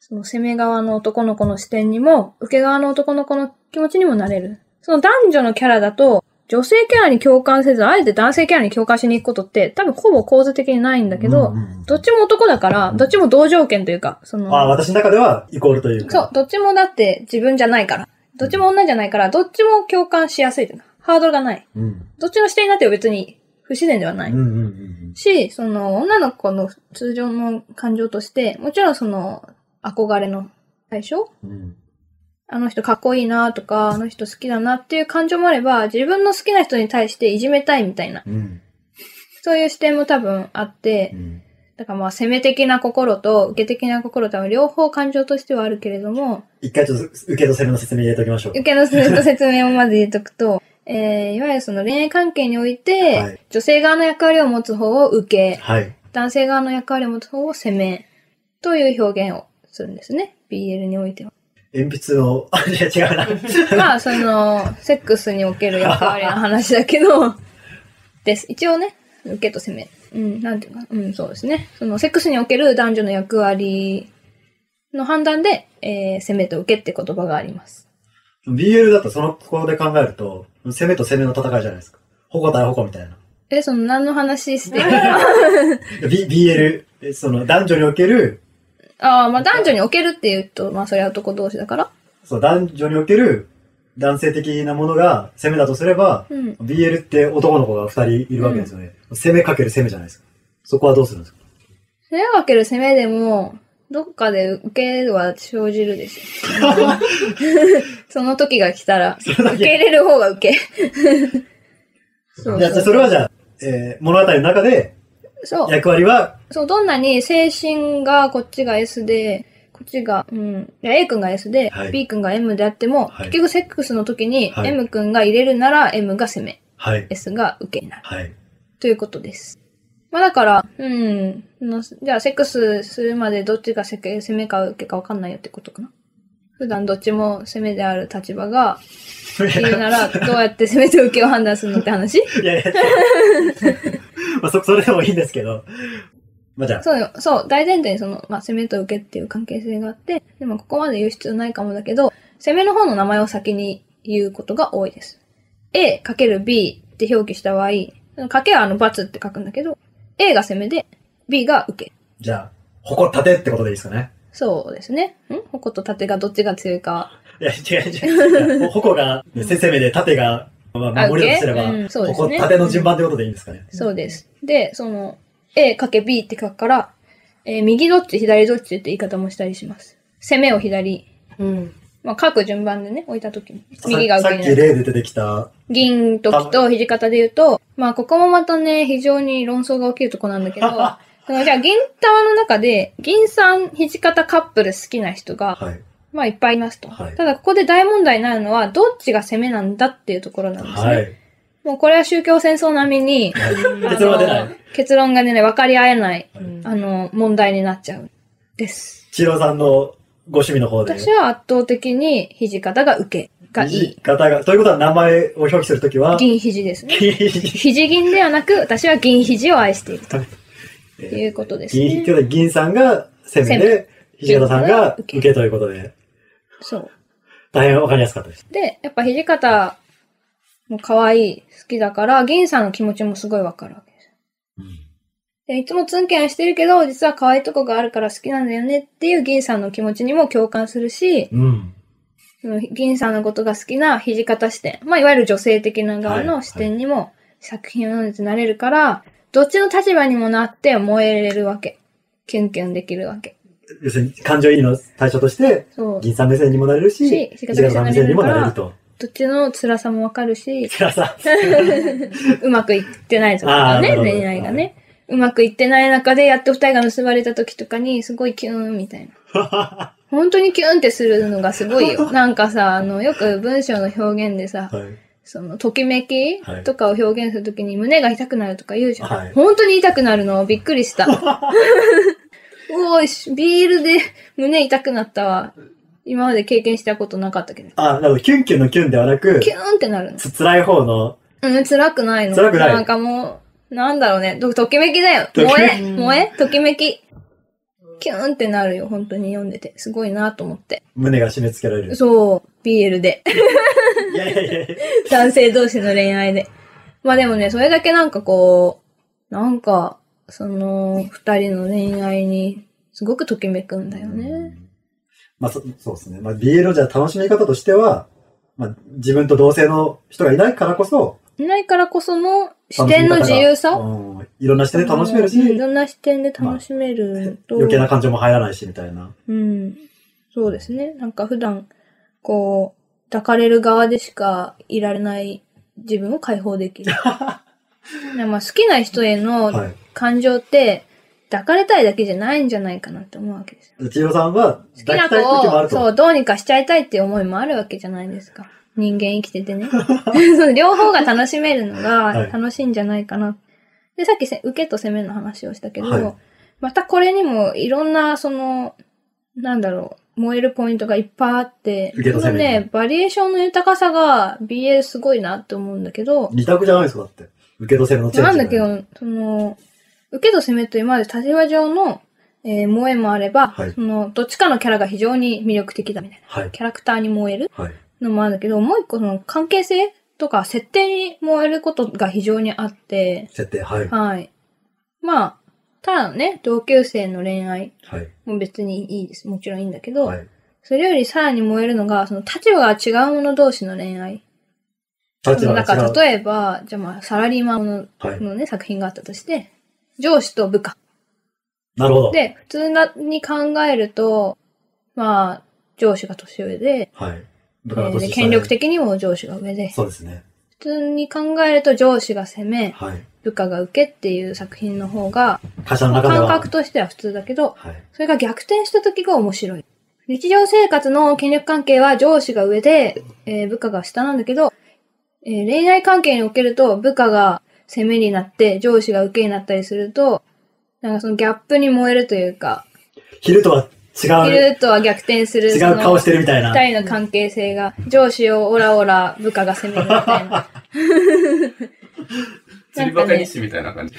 S2: その攻め側の男の子の視点にも、受け側の男の子の気持ちにもなれる。その男女のキャラだと、女性キャラに共感せず、あえて男性キャラに共感しに行くことって、多分ほぼ構図的にないんだけど、
S1: うんうん
S2: どっちも男だから、どっちも同条件というか、その、
S1: あ、私の中では、イコールというか。
S2: そう、どっちもだって自分じゃないから。どっちも女じゃないから、どっちも共感しやすいというか、ハードルがない。
S1: う。うん。
S2: どっちの視点になっても別に不自然ではな
S1: う
S2: い。
S1: んうんうんうん。
S2: し、その、女の子の通常の感情として、もちろんその、憧れの対象
S1: うん
S2: あの人かっこいいなとか、あの人好きだなっていう感情もあれば、自分の好きな人に対していじめたいみたいな、
S1: うん
S2: そういう視点も多分あって
S1: う、ん
S2: だからまあ、攻め的な心と受け的な心多分両方感情としてはあるけれども、
S1: 一回ちょっと受けと攻めの説明入れておきましょう。
S2: 受けの説明をまず言っとくと、えー、いわゆるその恋愛関係において、
S1: はい
S2: 女性側の役割を持つ方を受け、
S1: はい。
S2: 男性側の役割を持つ方を攻め、という表現をするんですね。BL においては。
S1: 鉛筆の、 あ、いや違うな。
S2: まあ、その、セックスにおける役割の話だけど、です。一応ね、受けと攻め。うん、なんていうか、うん、そうですね。その、セックスにおける男女の役割の判断で、えー、攻めと受けって言葉があります。
S1: BL だとその、ここで考えると、攻めと攻めの戦いじゃないですか。矛対矛み たいな。
S2: え、その、何の話してる
S1: B、BL、えその、男女における、
S2: ああ、まあ男女におけるって言うと、まあそれは男同士だから。
S1: そう、男女における男性的なものが攻めだとすれば、
S2: うん。
S1: BL って男の子が二人いるわけですよね。攻めかける攻めじゃないですか。そこはどうするんですか
S2: 攻め分ける攻めでも、どっかで受けは生じるでし ょ。その時が来たら、受け入れる方が 受け。そう
S1: いや、じゃあそれはじゃあ、えー物語の中で
S2: そう。
S1: 役割は、
S2: そう、どんなに精神がこっちが S で、こっちが、うん、いや A 君が S で、
S1: はい
S2: B 君が M であっても、
S1: はい
S2: 結局セックスの時に
S1: はい
S2: M 君が入れるなら M が攻め、
S1: はい、
S2: S が受けになる。
S1: はい。
S2: ということです。まあだから、うん。のじゃあ、セックスするまでどっちがせけ攻めか受けか分かんないよってことかな。普段どっちも攻めである立場が、っていうなら、どうやって攻めと受けを判断するのって話
S1: いやい や。まあ、そ、それでもいいんですけど。まあ、じゃあ、
S2: そうよ。そう。大前提にその、まあ、攻めと受けっていう関係性があって、でもここまで言う必要ないかもだけど、攻めの方の名前を先に言うことが多いです。A かける B って表記した場合、そのかけはあの×って書くんだけど、A が攻めで、B が受け。
S1: じゃあ、誇立てってことでいいですかね。
S2: そうですね。ん矛と盾がどっちが強いか。
S1: いや、違う違う。いや矛が、ねせせめで盾が、まあ、守りだとすれば、
S2: あ受けうんそうですね
S1: ここ盾の順番ってことでいいんですかね。
S2: そうです。で、その、A かけ B って書くから、えー右どっち、左どっちって言い方もしたりします。攻めを左。
S3: うん。
S2: まあ、書く順番でね、置いたときに。
S1: さ
S2: 右が受
S1: さ
S2: け
S1: っ
S2: に
S1: き
S2: なる
S1: 例で出てきた、
S2: 銀時と土方で言うと、まあ、ここもまたね、非常に論争が起きるとこなんだ けど、そのじゃあ、銀玉の中で、銀さん土方カップル好きな人が、
S1: はい。
S2: まあ、いっぱいいますと。
S1: はい
S2: ただ、ここで大問題になるのは、どっちが攻めなんだっていうところなんですね。
S1: はい。
S2: もう、これは宗教戦争並みに、
S1: はい 結論は出な
S2: あの
S1: い。
S2: 結論が出ない、分かり合えない、
S3: うん
S2: あの、問題になっちゃうんです。
S1: 千尋さんのご趣味の方で。
S2: 私は圧倒的に、土方が受けがいい。
S1: 方が、ということは名前を表記するときは、
S2: 銀肘ですね。
S1: 銀
S2: 肘銀ではなく、私は銀肘を愛していると
S1: はい
S2: いうことです
S1: 銀、
S2: ね。
S1: けど銀さんが攻めで、土方さんが受けということで、
S2: そう。
S1: 大変わかりやすかったです。
S2: で、やっぱ土方も可愛い、好きだから、銀さんの気持ちもすごいわかるわけです。でいつもツンケンしてるけど、実は可愛いとこがあるから好きなんだよねっていう銀さんの気持ちにも共感するし、
S1: うん。
S2: その銀さんのことが好きな土方視点、まあいわゆる女性的な側の視点にも作品を読んでなれるから、どっちの立場にもなって燃えれるわけ。キュンキュンできるわけ。
S1: 要するに、感情移入の対象として、
S2: そう。
S1: 銀さん目線にもなれるし
S2: し、
S1: 土方さん目線にもなれると。
S2: どっちの辛さもわかるし、
S1: 土方さ
S2: うまくいってないと
S1: あ
S2: か
S1: ーな
S2: ね、
S1: るほど
S2: 恋愛がね。うまくいってない中で、やっと二人が結ばれた時とかに、すごいキューンみたいな。 本当にキューンってするのがすごいよ。なんかさ、あの、よく文章の表現でさ
S1: ん。、はい。
S2: その、ときめき
S1: はい
S2: とかを表現するときに胸が痛くなるとか言うじゃん。
S1: はい
S2: 本当に痛くなるのびっくりした。 おいし、ビールで胸痛くなったわ。今まで経験したことなかったけど。
S1: あ、なるほど、キュンキュンのキュンではなく、
S2: キューンってなるの。
S1: つ辛い方の、
S2: うん、辛くないの。
S1: 辛くない
S2: んかもう、なんだろうね。と、ときめきだよ。
S1: とき
S2: 萌
S1: め
S2: え、
S3: き
S2: 萌え、ときめき。キューンってなるよ。本当に読んでて。すごいなと思って。
S1: 胸が締め付けられ る。
S2: そう。BL で。
S1: いやいやいやいや
S2: 男性同士の恋愛で。まあでもね、それだけなんかこう、なんか、その、二人の恋愛に、すごくときめくんだよね。
S1: まあそ、そうですね。まあ、BL のじゃあ楽しみ方としては、まあ、自分と同性の人がいないからこそ、
S2: いないからこその、視
S1: 楽し
S2: 点
S1: み方
S2: の
S1: が
S2: 自由さ
S1: うん、いろんな視点で楽しめるし
S2: うん、いろんな視点で楽しめると。
S1: 余計な感情も入らないし、みたいな。
S2: うん。そうですね。なんか普段、こう、抱かれる側でしかいられない自分を解放で きる。ねまあ好きな人へ
S1: は
S2: の
S1: い。
S2: 感情って、抱かれたいだけじゃないんじゃないかなって思うわけですよ。
S1: 千尋さんは、
S2: 好き
S1: 抱
S2: な
S1: きたい時も
S2: 子
S1: あ
S2: を、
S1: ると。
S2: そう、どうにかしちゃいたいっていう思いもあるわけじゃないですか。人間生きてて ね。そう両方が楽しめるの
S1: は
S2: が
S1: い
S2: 楽しいんじゃないかな。で、さっきせ受けと攻めの話をしたけど、
S1: はい
S2: またこれにもいろんな、その、なんだろう、燃えるポイントがいっぱいあって、
S1: 受けと攻め
S2: このね、バリエーションの豊かさが BL すごいなって思うんだけど、
S1: 二択じゃないですか、だって。受け取せるのチェン
S2: な
S1: ジ。
S2: んだけ。ど、その、受けと攻めと今まで立場上の、えー萌えもあれば、
S1: はい
S2: その、どっちかのキャラが非常に魅力的だみたいな。
S1: はい。
S2: キャラクターに燃える
S1: はい。
S2: のもあるんだけど、もう一個その関係性とか設定に燃えることが非常にあって、
S1: 設定、はい。
S2: はい。まあ、ただのね、同級生の恋愛
S1: はい。
S2: も別にいいです。もちろんいいんだけど、
S1: はい。
S2: それよりさらに燃えるのが、その立場が違う者同士の恋愛。
S1: 立場
S2: だか
S1: が違
S2: ら
S1: う。
S2: 例えば、じゃあまあ、サラリーマンの
S1: はい。
S2: のね、作品があったとして、上司と部下。
S1: なるほど。
S2: で、普通なに考えると、まあ、上司が年上で、
S1: はい。
S2: え
S1: だから
S2: ー
S1: 年
S2: で
S1: 下で
S2: 権力。的にも上司が上で、
S1: そうですね。
S2: 普通に考えると上司が攻め、
S1: はい。
S2: 部下が受けっていう作品の方が、
S1: 会社の
S2: まあ
S1: 中で
S2: 感
S1: は。
S2: 覚としては普通だけど、
S1: はい。
S2: それが逆転した時が面白い。日常生活の権力関係は上司が上で、えー部下が下なんだけど、えー恋愛関係におけると部下が攻めになって、上司が受けになったりすると、なんかそのギャップに燃えるというか、
S1: 昼とは
S2: ヒ
S1: 違う、
S2: ルとは逆転する、
S1: 違う顔してるみたいな。
S2: 二人の関係性が、上司をオラオラ部下が攻めるみ たいな。
S4: 釣りバカ日誌みたいな感じ。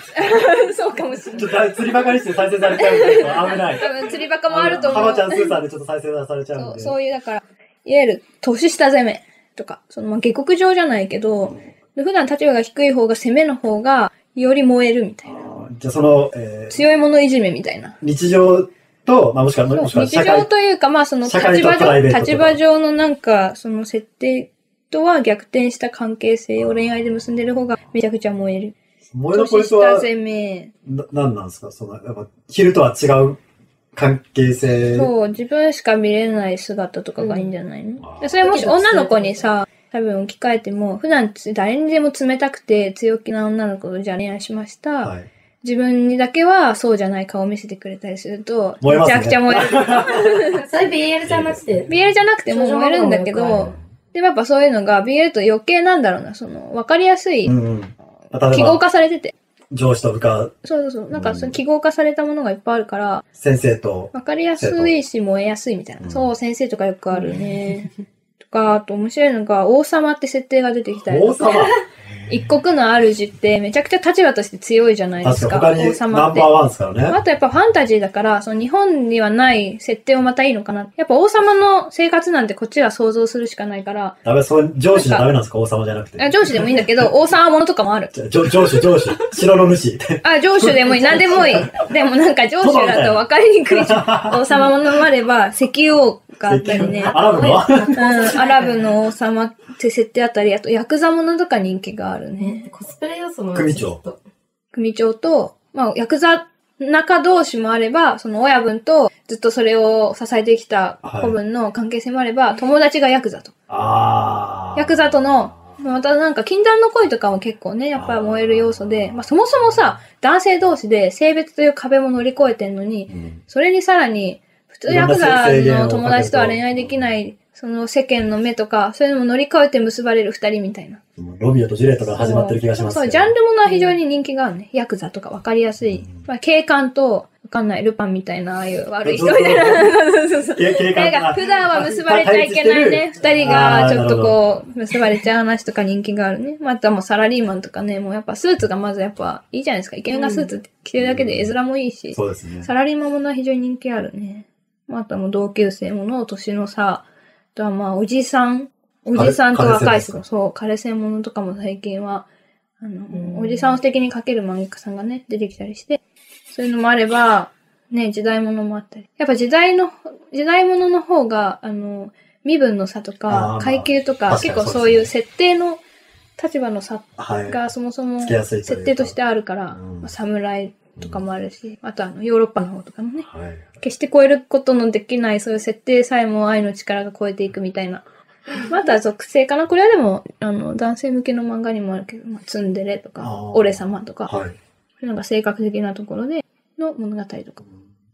S2: そうかもしれ
S1: ち
S2: な
S1: ょ
S2: い。
S1: っと釣りバカにして再生されちゃうんで、 危ない。
S2: 多分釣りバカもあると思う。
S1: 浜ちゃんスーさんでちょっと再生されちゃうん
S2: そう
S1: で。
S2: そういう、だから、いわゆる年下攻めとか、そのまあ下克上じゃないけど、普段立場が低い方が攻めの方が、より燃えるみたいな。
S1: じゃあその、えー
S2: 強いものいじめみたいな。
S1: 日常と、まあもしくは、もしく
S2: そう
S1: は
S2: 日
S1: 社
S2: 常
S1: 会。
S2: というか、まあその立
S1: 社会と
S2: 場
S1: プライベー
S2: 上、
S1: トとか
S2: 立場上のなんか、その設定とは逆転した関係性を恋愛で結んでる方がめちゃくちゃ燃える。
S1: 萌えのポイン
S2: 年
S1: ト
S2: 下
S1: は、
S2: 攻め。
S1: な、なんなんですかその、やっぱ、昼とは違う関係性。
S2: そう、自分しか見れない姿とかがいいんじゃないの、
S1: うん
S2: でそれもし女の子にさ、多分置き換えても、普段つ誰にでも冷たくて強気な女の子とじゃあ恋愛しました。
S1: はい。
S2: 自分にだけはそうじゃない顔を見せてくれたりすると、
S1: 燃え
S2: め
S1: ます
S2: ち
S1: ね
S2: ゃくちゃ燃える。
S3: それ BL じゃなくて。
S2: BL じゃなくても燃えるんだけ
S3: 少女漫画も
S2: ど、でもやっぱそういうのが BL と余計なんだろうな、その、わかりやすい、
S1: うんうん。まあ例
S2: 記
S1: え
S2: 号
S1: ば、
S2: 化されてて。
S1: 上司と部下、
S2: そうそうそう。なんかその記号化されたものがいっぱいあるから、
S1: 先生と、
S2: わかりやすいし燃えやすいみたいな。
S1: うん
S2: そう、先生とかよくあるね。とか、あと面白いのが、王様って設定が出てきたり
S1: 王
S2: とか。
S1: 様。
S2: 一国の主ってめちゃくちゃ立場として強いじゃないで
S1: 確
S2: すか。
S1: かに
S2: 王
S1: 他にナ
S2: 様
S1: ンバ
S2: って
S1: ー。ワンですからね。
S2: あとやっぱファンタジーだから、その日本にはない設定をまたいいのかな。やっぱ王様の生活なんてこっちが想像するしかないから、
S1: ダメ、そう、上司じゃダメなんですか王様じゃなくて。
S2: あ上司でもいいんだけど、王様ものとか もある。
S1: じゃ上上司、上司、城の主。
S2: あ、上司でもいい。何でもいい。でもなんか上司だと分かりにくいじゃ ん。王様ものもあれば、石油王があったりね。
S1: アラブの
S2: うん、アラブの王様って設定あったり、あとヤクザものとか人気があるね。
S3: コスプレ要素も。
S1: 組長。
S2: 組長と、まあ、ヤクザ仲同士もあれば、その親分とずっとそれを支えてきた子分の関係性もあれば、友達がヤクザと。
S1: あー。
S2: ヤクザとの、まあまたなんか禁断の恋とかも結構ね、やっぱ燃える要素で、まあそもそもさ、男性同士で性別という壁も乗り越えてんのに、
S1: うん
S2: それにさらに、普通
S1: いろ
S2: ヤ
S1: んな
S2: ク
S1: 制
S2: ザ
S1: 制限を
S2: の友達とは恋愛できない、その世間の目とか、そういうのも乗り越えて結ばれる二人みたいな。
S1: もうロビオとジュレットが始まってる気がしますけ
S2: そう、
S1: ど。
S2: ジャンルものは非常に人気があるね。ヤクザとか分かりやすい。まあ、警官と、わかんない、ルパンみたいな、ああいう悪い人みたいな。そうそう
S1: け警
S2: なん
S1: 官
S2: か、普段は結ばれちゃいけないね。二人が、ちょっとこう、結ばれちゃう話とか人気があるね。まあ、あとはもうサラリーマンとかね、もうやっぱスーツがまずやっぱいいじゃないですか。イケメンがスーツ着てるだけで絵面もいいし。
S1: そうですね。
S2: サラリーマンものは非常に人気あるね。まあ、あとはもう同級生もの、年の差。あとはまあ、おじさん。おじさんと若い人
S1: 枯れ枯れ線ですか
S2: も、そう、枯れ線ものとかも最近は、あ
S3: ん
S2: の、おじさんを素敵に描ける漫画家さんがね、出てきたりして、そういうのもあれば、ね、時代ものもあったり。やっぱ時代の、時代ものの方が、あの、身分の差と
S1: あーまあ
S2: か、階級とか、
S1: 確かに
S2: 結構
S1: そ
S2: そうう
S1: ですね
S2: いう設定の立場の差
S1: はい。
S2: がそもそも
S1: つけやすいというか
S2: 設定としてあるから、
S1: うん
S2: まあ侍とかもあるし、あとあのヨーロッパの方とかもね、
S1: はい。
S2: 決して超えることのできないそういう設定さえも愛の力が超えていくみたいな。また属性かなこれはでも、あの、男性向けの漫画にもあるけど、まあ、ツンデレと
S1: あー
S2: か、俺様とか、
S1: はい。
S2: なんか性格的なところでの物語とか。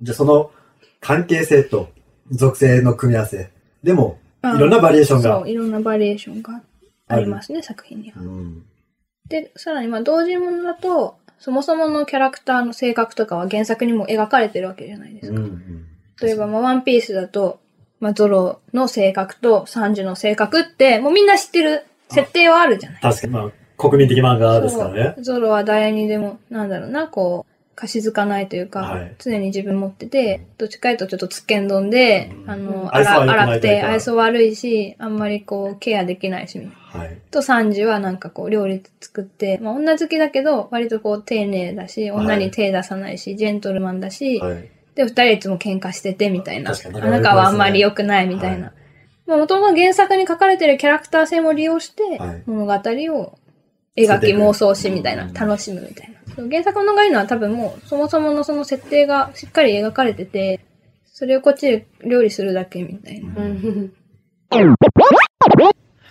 S1: じゃあその関係性と属性の組み合わせ。でも、
S2: い
S1: いろんなバリエーションが
S2: そう、いろんなバリエーションがありますね、作品には。
S1: うん
S2: で、さらにまあ同人ものだと、そもそものキャラクターの性格とかは原作にも描かれてるわけじゃないです
S1: う
S2: か。
S1: んうん。
S2: 例えば、まあ、ワンピースだと、まあ、ゾロの性格とサンジュの性格って、もうみんな知ってる設定はあるじゃない
S1: 確かに、まあ、国民的漫画ですからね。
S2: そうゾロは誰にでも、なんだろうな、こう、かしずかないというか、
S1: はい
S2: 常に自分持ってて、どっちかいうとちょっとつっけんどんで、
S1: うん
S2: あの、
S1: 愛想は良くない
S2: 荒く
S1: タイ
S2: て、
S1: プだ
S2: 愛想悪いし、あんまりこう、ケアできないし、みたいな。
S1: はい。
S2: と三十はなんかこう料理作って、まあ女好きだけど割とこう丁寧だし、
S1: はい
S2: 女に手出さないし、ジェントルマンだし、
S1: はい。
S2: で二人いつも喧嘩しててみたいな。
S1: 確かに
S2: あなたはあんまり良くないみたいな。
S1: は
S2: まあ元々原作に書かれてるキャラクター性も利用して
S1: はい、
S2: 物語を描き妄想しみたいな、楽しむみたいな。そう原作のがいいのは多分もうそもそものその設定がしっかり描かれてて、それをこっちで料理するだけみたいな。
S3: うん。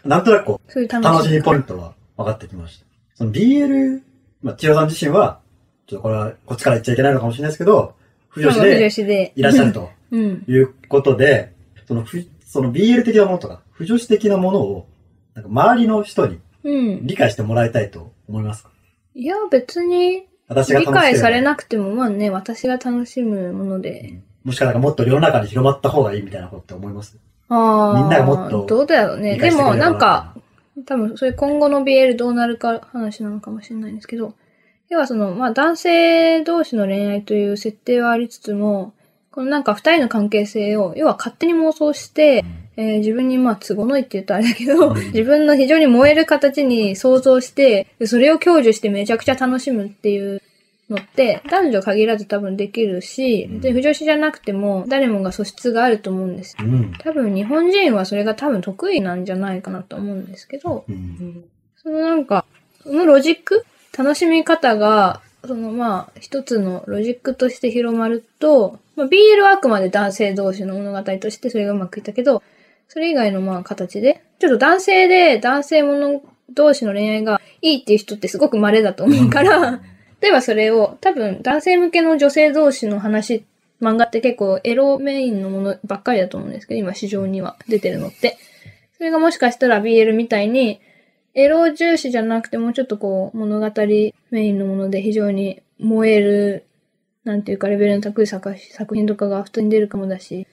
S1: なんとなくこう、
S2: そういう楽しみ。
S1: 楽しみポイントは分かってきました。その BL、まあ、千代さん自身は、ちょっとこれはこっちから言っちゃいけないのかもしれないですけど、不女子
S2: まあ女
S1: で
S2: 子で。
S1: いらっしゃると
S2: うん。
S1: いうことで、そのふその BL 的なものとか、不女子的なものを、なんか周りの人に
S2: うん。
S1: 理解してもらいたいと思いますか
S2: いや、別に、
S1: 私が
S2: 理
S1: 楽しけ
S2: 解
S1: れば
S2: されなくても、まあね、私が楽しむもの
S1: う
S2: で。
S1: んもしかなんかもっと世の中に広まった方がいいみたいなことって思います。
S2: ああ。
S1: みんながもっと
S2: どうだよね。
S1: 理
S2: で
S1: 解してくれ
S2: も、
S1: れば
S2: なんか、、多分それ今後の BL どうなるか話なのかもしれないんですけど、要はその、まあ男性同士の恋愛という設定はありつつも、このなんか二人の関係性を、要は勝手に妄想して、えー自分にまあ都合のいいって言ったらあれだけど、
S1: うん
S2: 自分の非常に燃える形に想像して、それを享受してめちゃくちゃ楽しむっていうのって、男女限らず多分できるし、
S1: うん
S2: で、不女子じゃなくても誰もが素質があると思うんです。
S1: うん。
S2: 多分日本人はそれが多分得意なんじゃないかなと思うんですけど、
S1: うん。
S2: そのなんか、そのロジック楽しみ方が、そのまあ、一つのロジックとして広まると、まあ、BL はあくまで男性同士の物語としてそれがうまくいったけど、それ以外のまあ形で、ちょっと男性で男性もの同士の恋愛がいいっていう人ってすごく稀だと思うから、例えばそれを多分男性向けの女性同士の話、漫画って結構エロメインのものばっかりだと思うんですけど、今市場には出てるのって。それがもしかしたら BL みたいに、エロ重視じゃなくてもうちょっとこう物語メインのもので非常に燃える、なんていうかレベルの高い作作品とかが普通に出るかもだし、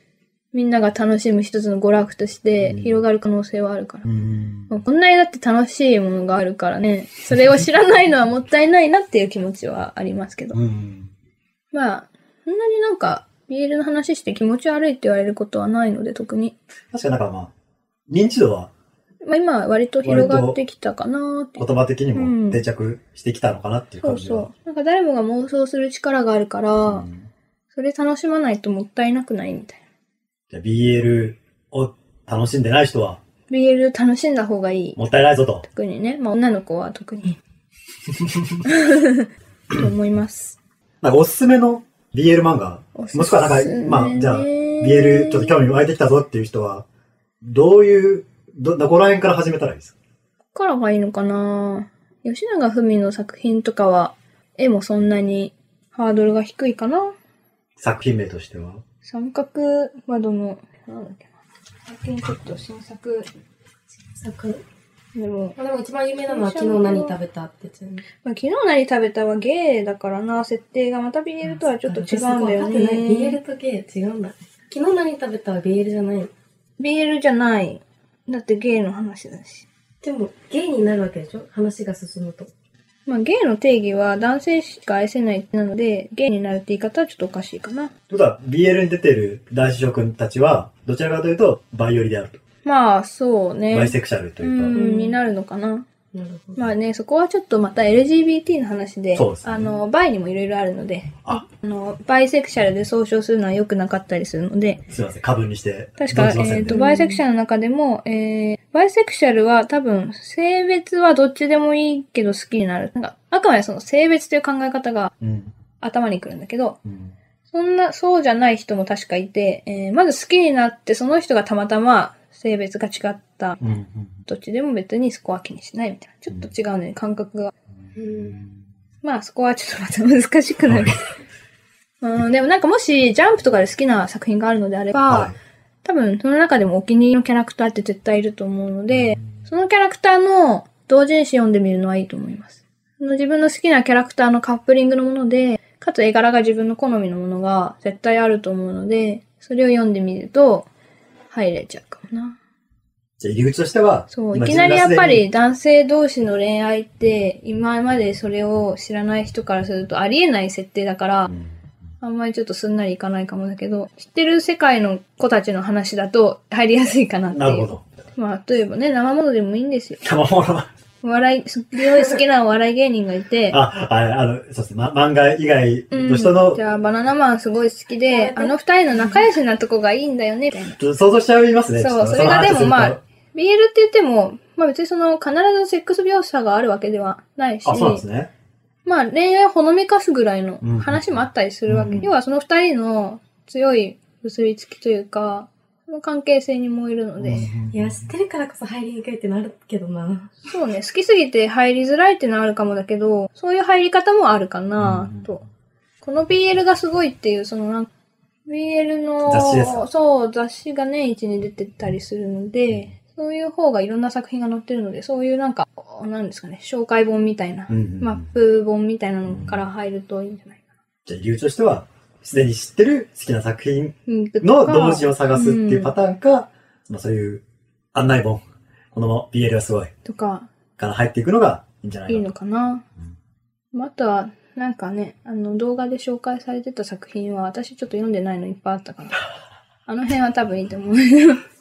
S2: みんなが楽しむ一つの娯楽として
S1: うん
S2: 広がる可能性はあるから
S1: う。ん。
S2: まあこんなにだって楽しいものがあるからね、それを知らないのはもったいないなっていう気持ちはありますけど。
S1: うん。
S2: まあ、そんなになんか、BL の話して気持ち悪いって言われることはないので、特に。
S1: 確かになんかまあ、認知度は
S2: まあ今は割と広がってきたかなってい
S1: 言
S2: う。
S1: 葉的に
S2: うん
S1: も定着してきたのかなっていう
S2: そ
S1: 感
S2: う
S1: じ
S2: そ
S1: は。
S2: う。なんか誰もが妄想する力があるから、
S1: うん
S2: それ楽しまないともったいなくないみたい
S1: じゃあ BL を楽しんでない人は、
S2: な。BL 楽しんだ方がいい。
S1: もったいないぞと。
S2: 特にね。まあ女の子は特に。と思い ます。
S1: なんかおすすめの BL 漫画、
S2: おすす
S1: も
S2: めね
S1: しくはなんか、まあ、じゃあ、BL ちょっと興味湧いてきたぞっていう人は、どういう、ど、どこら辺から始めたらいいですか
S2: どっからがいいのかな吉永文の作品とかは、絵もそんなにハードルが低いかな
S1: 作品名としては。
S2: 三角窓の、なんだっけな。最近ちょっと新作、
S3: 作
S2: でも、
S3: まあでも一番有名なのは昨日何食べたってやつ。
S2: まあ、昨日何食べたはゲーだからな、設定がまた BL とはちょっと違うんだよ
S3: 私そこ分かってない
S2: ね。
S3: BL とゲー違うんだ。昨日何食べたは BL じゃないの。
S2: BL じゃない。だってゲーの話だし。
S3: でも、ゲイになるわけでしょ話が進むと。
S2: まあ、ゲイの定義は男性しか愛せないなので、ゲイになるって言い方はちょっとおかしいかな。
S1: ということは、BL に出てる男子諸君たちは、どちらかというと、バイオリであると。
S2: まあ、そうね。
S1: バイセクシャルと
S2: う
S1: いうか。
S2: ん、になるのかな。
S3: なるほど。
S2: まあね、そこはちょっとまた LGBT の話で、
S1: そうですね
S2: あの、バイにもいろいろあるので、
S1: あ、
S2: あの、バイセクシャルで総称するのは良くなかったりするので、
S1: すいません、過分にして。
S2: 確か、え
S1: 存じませ
S2: っ、
S1: んね
S2: と、バイセクシャルの中でも、えー、バイセクシャルは多分、性別はどっちでもいいけど好きになる。なんか、あくまでその性別という考え方が
S1: うん。
S2: 頭にくるんだけど、
S1: うん。
S2: そんな、そうじゃない人も確かいて、えー、まず好きになって、その人がたまたま性別が違った。
S1: うん。
S2: どっちでも別にそこは気にしないみたいな。ちょっと違うね、感覚が。
S1: うん。
S2: まあ、そこはちょっとまた難しくなる
S1: は。
S2: うん、でもなんかもし、ジャンプとかで好きな作品があるのであれば、
S1: はい。
S2: 多分その中でもお気に入りのキャラクターって絶対いると思うので、そのキャラクターの同人誌読んでみるのはいいと思います。その自分の好きなキャラクターのカップリングのもので、かつ絵柄が自分の好みのものが絶対あると思うので、それを読んでみると入れちゃうかもな。
S1: じゃあ入り口としては、
S2: そう、い
S1: 今
S2: きなりやっぱ。
S1: 自分が
S2: り男性同士の恋愛って、今までそれを知らない人からするとありえない設定だから、
S1: すでに
S2: あんまりちょっとすんなりいかないかもだけど、知ってる世界の子たちの話だと入りやすいかなっ
S1: う
S2: てい
S1: んな
S2: う。
S1: るほど。
S2: まあ、例えばね、生ものでもいいんですよ。
S1: 玉物は、
S2: お笑い、すごい好きなお笑い芸人がいて、
S1: あ、ああの、そうですね、ま、漫画以外
S2: う
S1: の
S2: ん、
S1: 人の、
S2: じゃあ、バナナマンすごい好きで、あの二人の仲良しなとこがいいんだよね、みたいな。
S1: ちょっと想像しちゃいますね。
S2: そう
S1: ちょっと
S2: それが
S1: の話
S2: でも
S1: すると
S2: まあ、BL って言っても、まあ別にその、必ずセックス描写があるわけではないし、
S1: あ、そうなんですね。
S2: まあ恋愛をほのめかすぐらいの
S1: うん
S2: 話もあったりするわけ。
S1: うん
S2: 要はその二人の強い結びつきというか、その関係性に燃えるので、
S3: いや、知ってるからこそ入りにくいってなるけどな。
S2: そうね、好きすぎて入りづらいってのはあるかもだけど、そういう入り方もあるかな
S1: うん
S2: と。この BL がすごいっていう、そのなん BL の、
S1: 雑誌ですか
S2: そう、雑誌が年一に出てたりするので、そういう方がいろんな作品が載ってるので、そういうなんか、こう、なんですかね、紹介本みたいな、
S1: うんうんうん
S2: マップ本みたいなのから入るといいんじゃないか
S1: じゃあ、理由としては、すでに知ってる好きな作品
S2: な。うん
S1: の同時を探すっていうパ
S2: ターン。
S1: ターンか、まあそういう案内本、この BL はすごい、
S2: とか、
S1: から入っていくのがいいんじゃない
S2: い
S1: の
S2: いのかな
S1: うん。
S2: まああとは、なんかね、あの、動画で紹介されてた作品は、私ちょっと読んでないのいっぱいあっ たから、あの辺は多分いいと思う。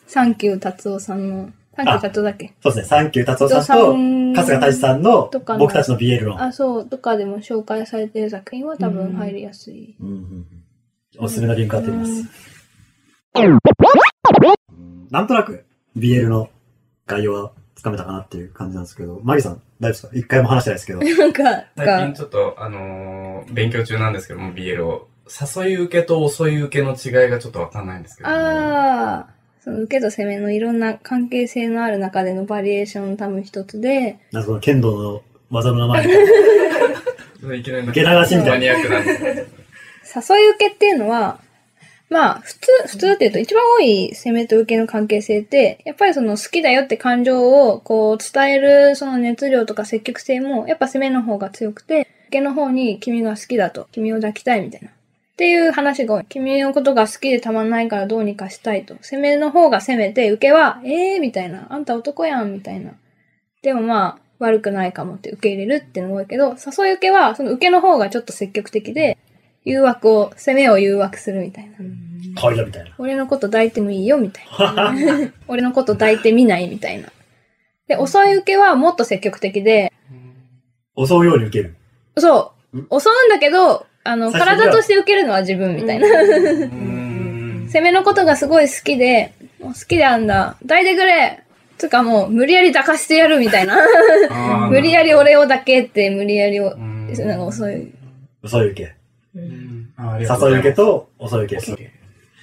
S2: サンキュー達夫さんの、サンキュー達夫だっけ
S1: そうですね、サンキュー達夫さんと、
S2: ん
S1: 春日大志さんの
S2: とかの
S1: 僕たちの BL 論。
S2: あ、そう、とかでも紹介されてる作品は多分入りやすい。
S1: うんうんうんおすすめのリンク貼っております。うんなんとなく BL の概要はつかめたかなっていう感じなんですけど、マギさん大丈夫ですか一回も話してないですけど。
S2: なんか、
S4: 最近
S2: が、
S4: ちょっと、あのー勉強中なんですけども、BL を。誘い受けと襲い受けの違いがちょっとわかんないんですけども。
S2: ああ、その受けと攻めのいろんな関係性のある中でのバリエーションの多分一つで、
S1: なんかその剣道の技の名前み
S4: いきなり
S1: 受け流し
S2: みた
S4: マ
S1: い
S4: ニ
S1: な
S4: アックな んですけど
S2: 誘い受けっていうのは、まあ、普通、普通っていうと、一番多い攻めと受けの関係性って、やっぱりその好きだよって感情をこう伝えるその熱量とか積極性も、やっぱ攻めの方が強くて、受けの方に君が好きだと、君を抱きたいみたいな。っていう話が多い。君のことが好きでたまんないからどうにかしたいと。攻めの方が攻めて、受けは、ええー、みたいな。あんた男やん、みたいな。でもまあ、悪くないかもって受け入れるっていうのが多いけど、誘い受けは、その受けの方がちょっと積極的で、誘惑を、攻めを誘惑するみたいな。
S1: たいな。わいいみたいな。
S2: 俺のこと抱いてもいいよ、みたいな。俺のこと抱いてみない、みたいな。で、襲い受けはもっと積極的で、
S1: 襲うように受ける。
S2: そう、襲
S1: ん
S2: うんだけど、あの、
S1: 最初には
S2: 体として受けるのは自分みたいな。
S4: うー ん。
S2: 攻めのことがすごい好きで、もう好きであんだ。抱いてくれつうかもう、無理やり抱かしてやるみたいな。
S4: あー
S2: 無理やり。俺を抱けって、無理やりを
S4: う、ん
S2: なんか襲い。
S1: 襲い受け。
S4: うんあーありがとう
S1: 誘
S4: ご
S1: い受
S4: ざい
S1: けと
S4: ます
S1: 襲い受け。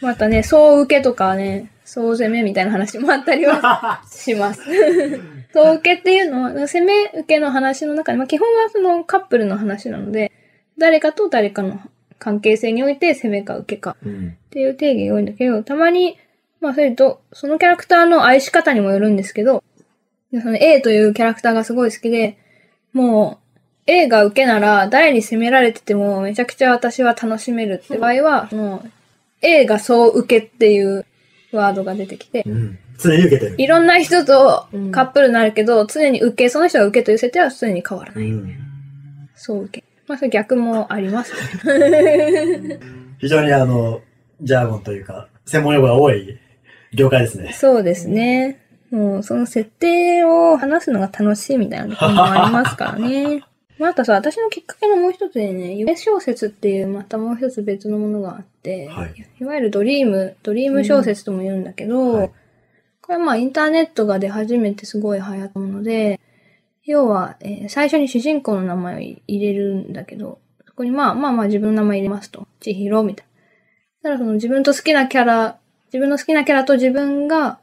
S2: またね、総受けとかね、総攻めみたいな話もあったりはします。 総受けっていうのは、攻め受けの話の中で、まあ基本はそのカップルの話なので、誰かと誰かの関係性において攻めか受けか
S1: うん
S2: っていう定義が多いんだけど、たまに、まあそれと、そのキャラクターの愛し方にもよるんですけど、でその A というキャラクターがすごい好きで、もう A が受けなら誰に責められててもめちゃくちゃ私は楽しめるって場合は、もう A がそう受けっていうワードが出てきて、
S1: うん常に受けてる。
S2: いろんな人と
S3: うん
S2: カップルになるけど、常に受け、その人が受けという設定は常に変わら
S1: う
S2: ない。
S1: ん
S2: そう受け。まあそれ逆もありますね。
S1: 非常にあの、ジャーゴンというか、専門用語が多い業界ですね。
S2: そうですね。もう、その設定を話すのが楽しいみたいなところもありますから ね。まあ、あとさ、私のきっかけのもう一つでね、夢小説っていう、またもう一つ別のものがあって、
S1: はい
S2: いわゆるドリーム、ドリーム小説とも言うんだけど、
S1: うんはい
S2: これはまあ、インターネットが出始めてすごい流行ったもので、要は、えー最初に主人公の名前を入れるんだけど、そこにまあまあまあ自分の名前入れますと。千尋みたいな。ただその自分と好きなキャラ、自分の好きなキャラと自分が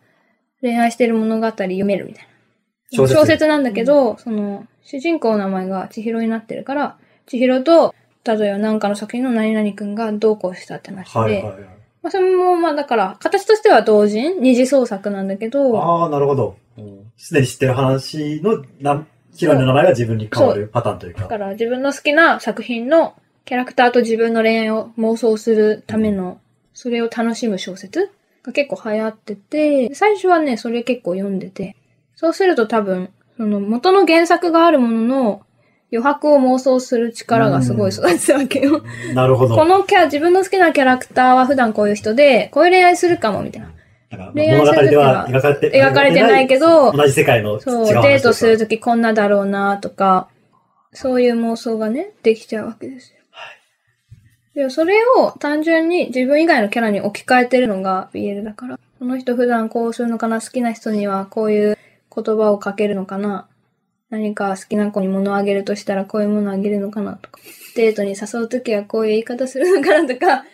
S2: 恋愛してる物語読めるみたいな。
S1: 小説
S2: なんだけど、その、主人公の名前が千尋になってるから、千尋と、例えばなんかの作品の何々くんがどうこうしたって話で、
S1: はいはいはい。
S2: まあそれもまあだから、形としては同人二次創作なんだけど、
S1: ああ、なるほど。すでに知ってる話のな、ヒロインの名前が自分に変わるパターンという
S2: だ
S1: か。
S2: から自分の好きな作品のキャラクターと自分の恋愛を妄想するための、それを楽しむ小説が結構流行ってて、最初はね、それ結構読んでて、そうすると多分、その元の原作があるものの余白を妄想する力がすごい育つわけよ。
S1: なるほど。
S2: このキャラ、自分の好きなキャラクターは普段こういう人で、こういう恋愛するかも、みたいな。
S1: なんか
S2: 恋愛
S1: 物
S2: す
S1: 語
S2: る時
S1: で
S2: は
S1: は描かれて
S2: 描かれてないけど
S1: 同じ世界の違う話
S2: そう、
S1: とか
S2: デートするときこんなだろうなとか、そういう妄想がね、できちゃうわけですよ。でもそれを単純に自分以外のキャラに置き換えてるのが BL だから、この人普段こうするのかな、好きな人にはこういう言葉をかけるのかな、何か好きな子に物をあげるとしたらこういうものをあげるのかなとか、デートに誘うときはこういう言い方するのかなとか、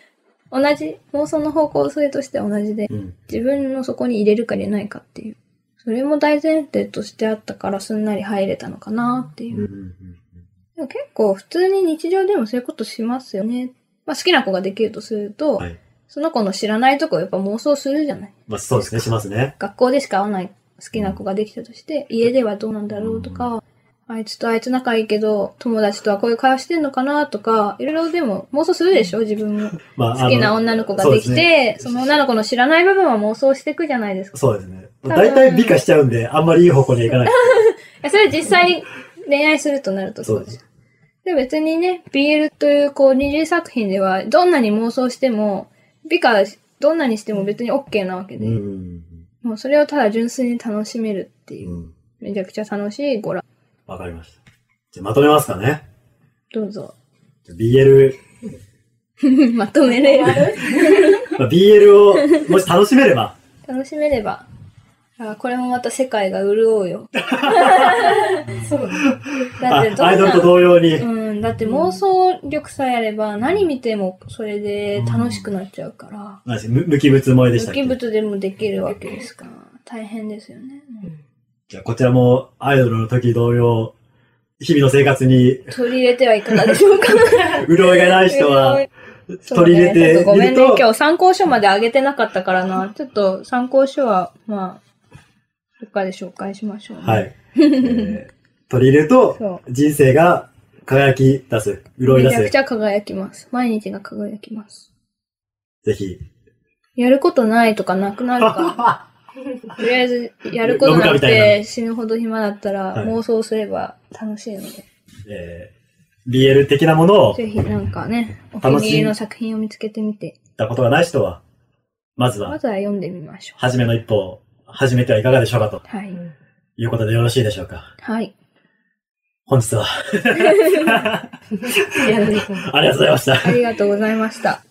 S2: 同じ、妄想の方向性としては同じで、
S1: うん。
S2: 自分のそこに入れるか入れないかっていう。それも大前提としてあったからすんなり入れたのかなって
S1: う
S2: い
S1: んうん
S2: う。
S1: うん
S2: でも結構普通に日常でもそういうことしますよね。まあ好きな子ができるとすると、
S1: はい
S2: その子の知らないとこやっぱ妄想するじゃない。
S1: まあそうですね、しますね。
S2: 学校でしか会わない好きな子ができたとして、家ではどうなんだろうとか、あいつとあいつ仲いいけど、友達とはこういう会話してんのかなとか、いろいろでも妄想するでしょ自分も。
S1: まあ、
S2: 好きな女の子ができ
S1: そうすね
S2: て、その女の子の知らない部分は妄想していくじゃないですか。
S1: そうですね。
S2: 分
S1: 大体美化しちゃうんで、あんまりいい方向にはいかない。
S2: いやそれは実際に恋愛するとなるとそうです。で、別にね、BL というこう二次作品では、どんなに妄想しても、美化、どんなにしても別に OK なわけで、
S1: うん。
S2: もうそれをただ純粋に楽しめるっていうう、
S1: ん。
S2: めちゃくちゃ楽しいご覧。
S1: わかりました。じゃあまとめますかね。
S2: どうぞ。
S1: BL、
S2: まとめれる。
S1: まあ、BL を、もし楽しめれば、
S2: 楽しめれば。あこれもまた世界が潤うよ。
S3: そう
S1: あ
S2: だ ってどんな
S1: アイドルと同様に、
S2: うん、だって妄想力さえあれば何見てもそれで楽しくなっちゃうから、
S1: 私無無機物萌えでした
S2: 無
S1: っけ
S2: 機物でもできるわけですから、大変ですよね。
S1: じゃあこちらもアイドルの時同様、日々の生活に
S2: 取り入れてはいかがでしょうか
S1: 潤いがない人 は、
S2: そう
S1: 取り入れ
S2: ねちょってとご
S1: み
S2: め
S1: る
S2: んね、
S1: と、
S2: 今日参考書まで上げてなかったからな。ちょっと参考書は、まあ、どっかで紹介しましょう、ね。
S1: はい。えー取り入れると、
S2: そ
S1: 人生が輝き出す、
S2: う。
S1: 潤い
S2: め
S1: 出
S2: ちゃく
S1: す
S2: ち。ゃ輝きます。毎日が輝きます。
S1: ぜひ。
S2: やることないとかなくなるから。 とりあえず、やることなくて死ぬほど暇だったら、
S1: はい
S2: 妄想すれば楽しいので、
S1: えー、BL 的なものを
S2: ぜひなんかね、お気
S1: 楽しい
S2: に入りの作品を見つけてみて、
S1: 見たことがない人は、まず
S2: ま
S1: は、
S2: ずは読んでみましょう。
S1: 初めの一歩を始めてはいかがでしょうかと
S2: はい。
S1: いうことでよろしいでしょうか。
S2: はい。
S1: 本日は、
S3: やられてます
S1: ありがとうございました。
S2: ありがとうございました。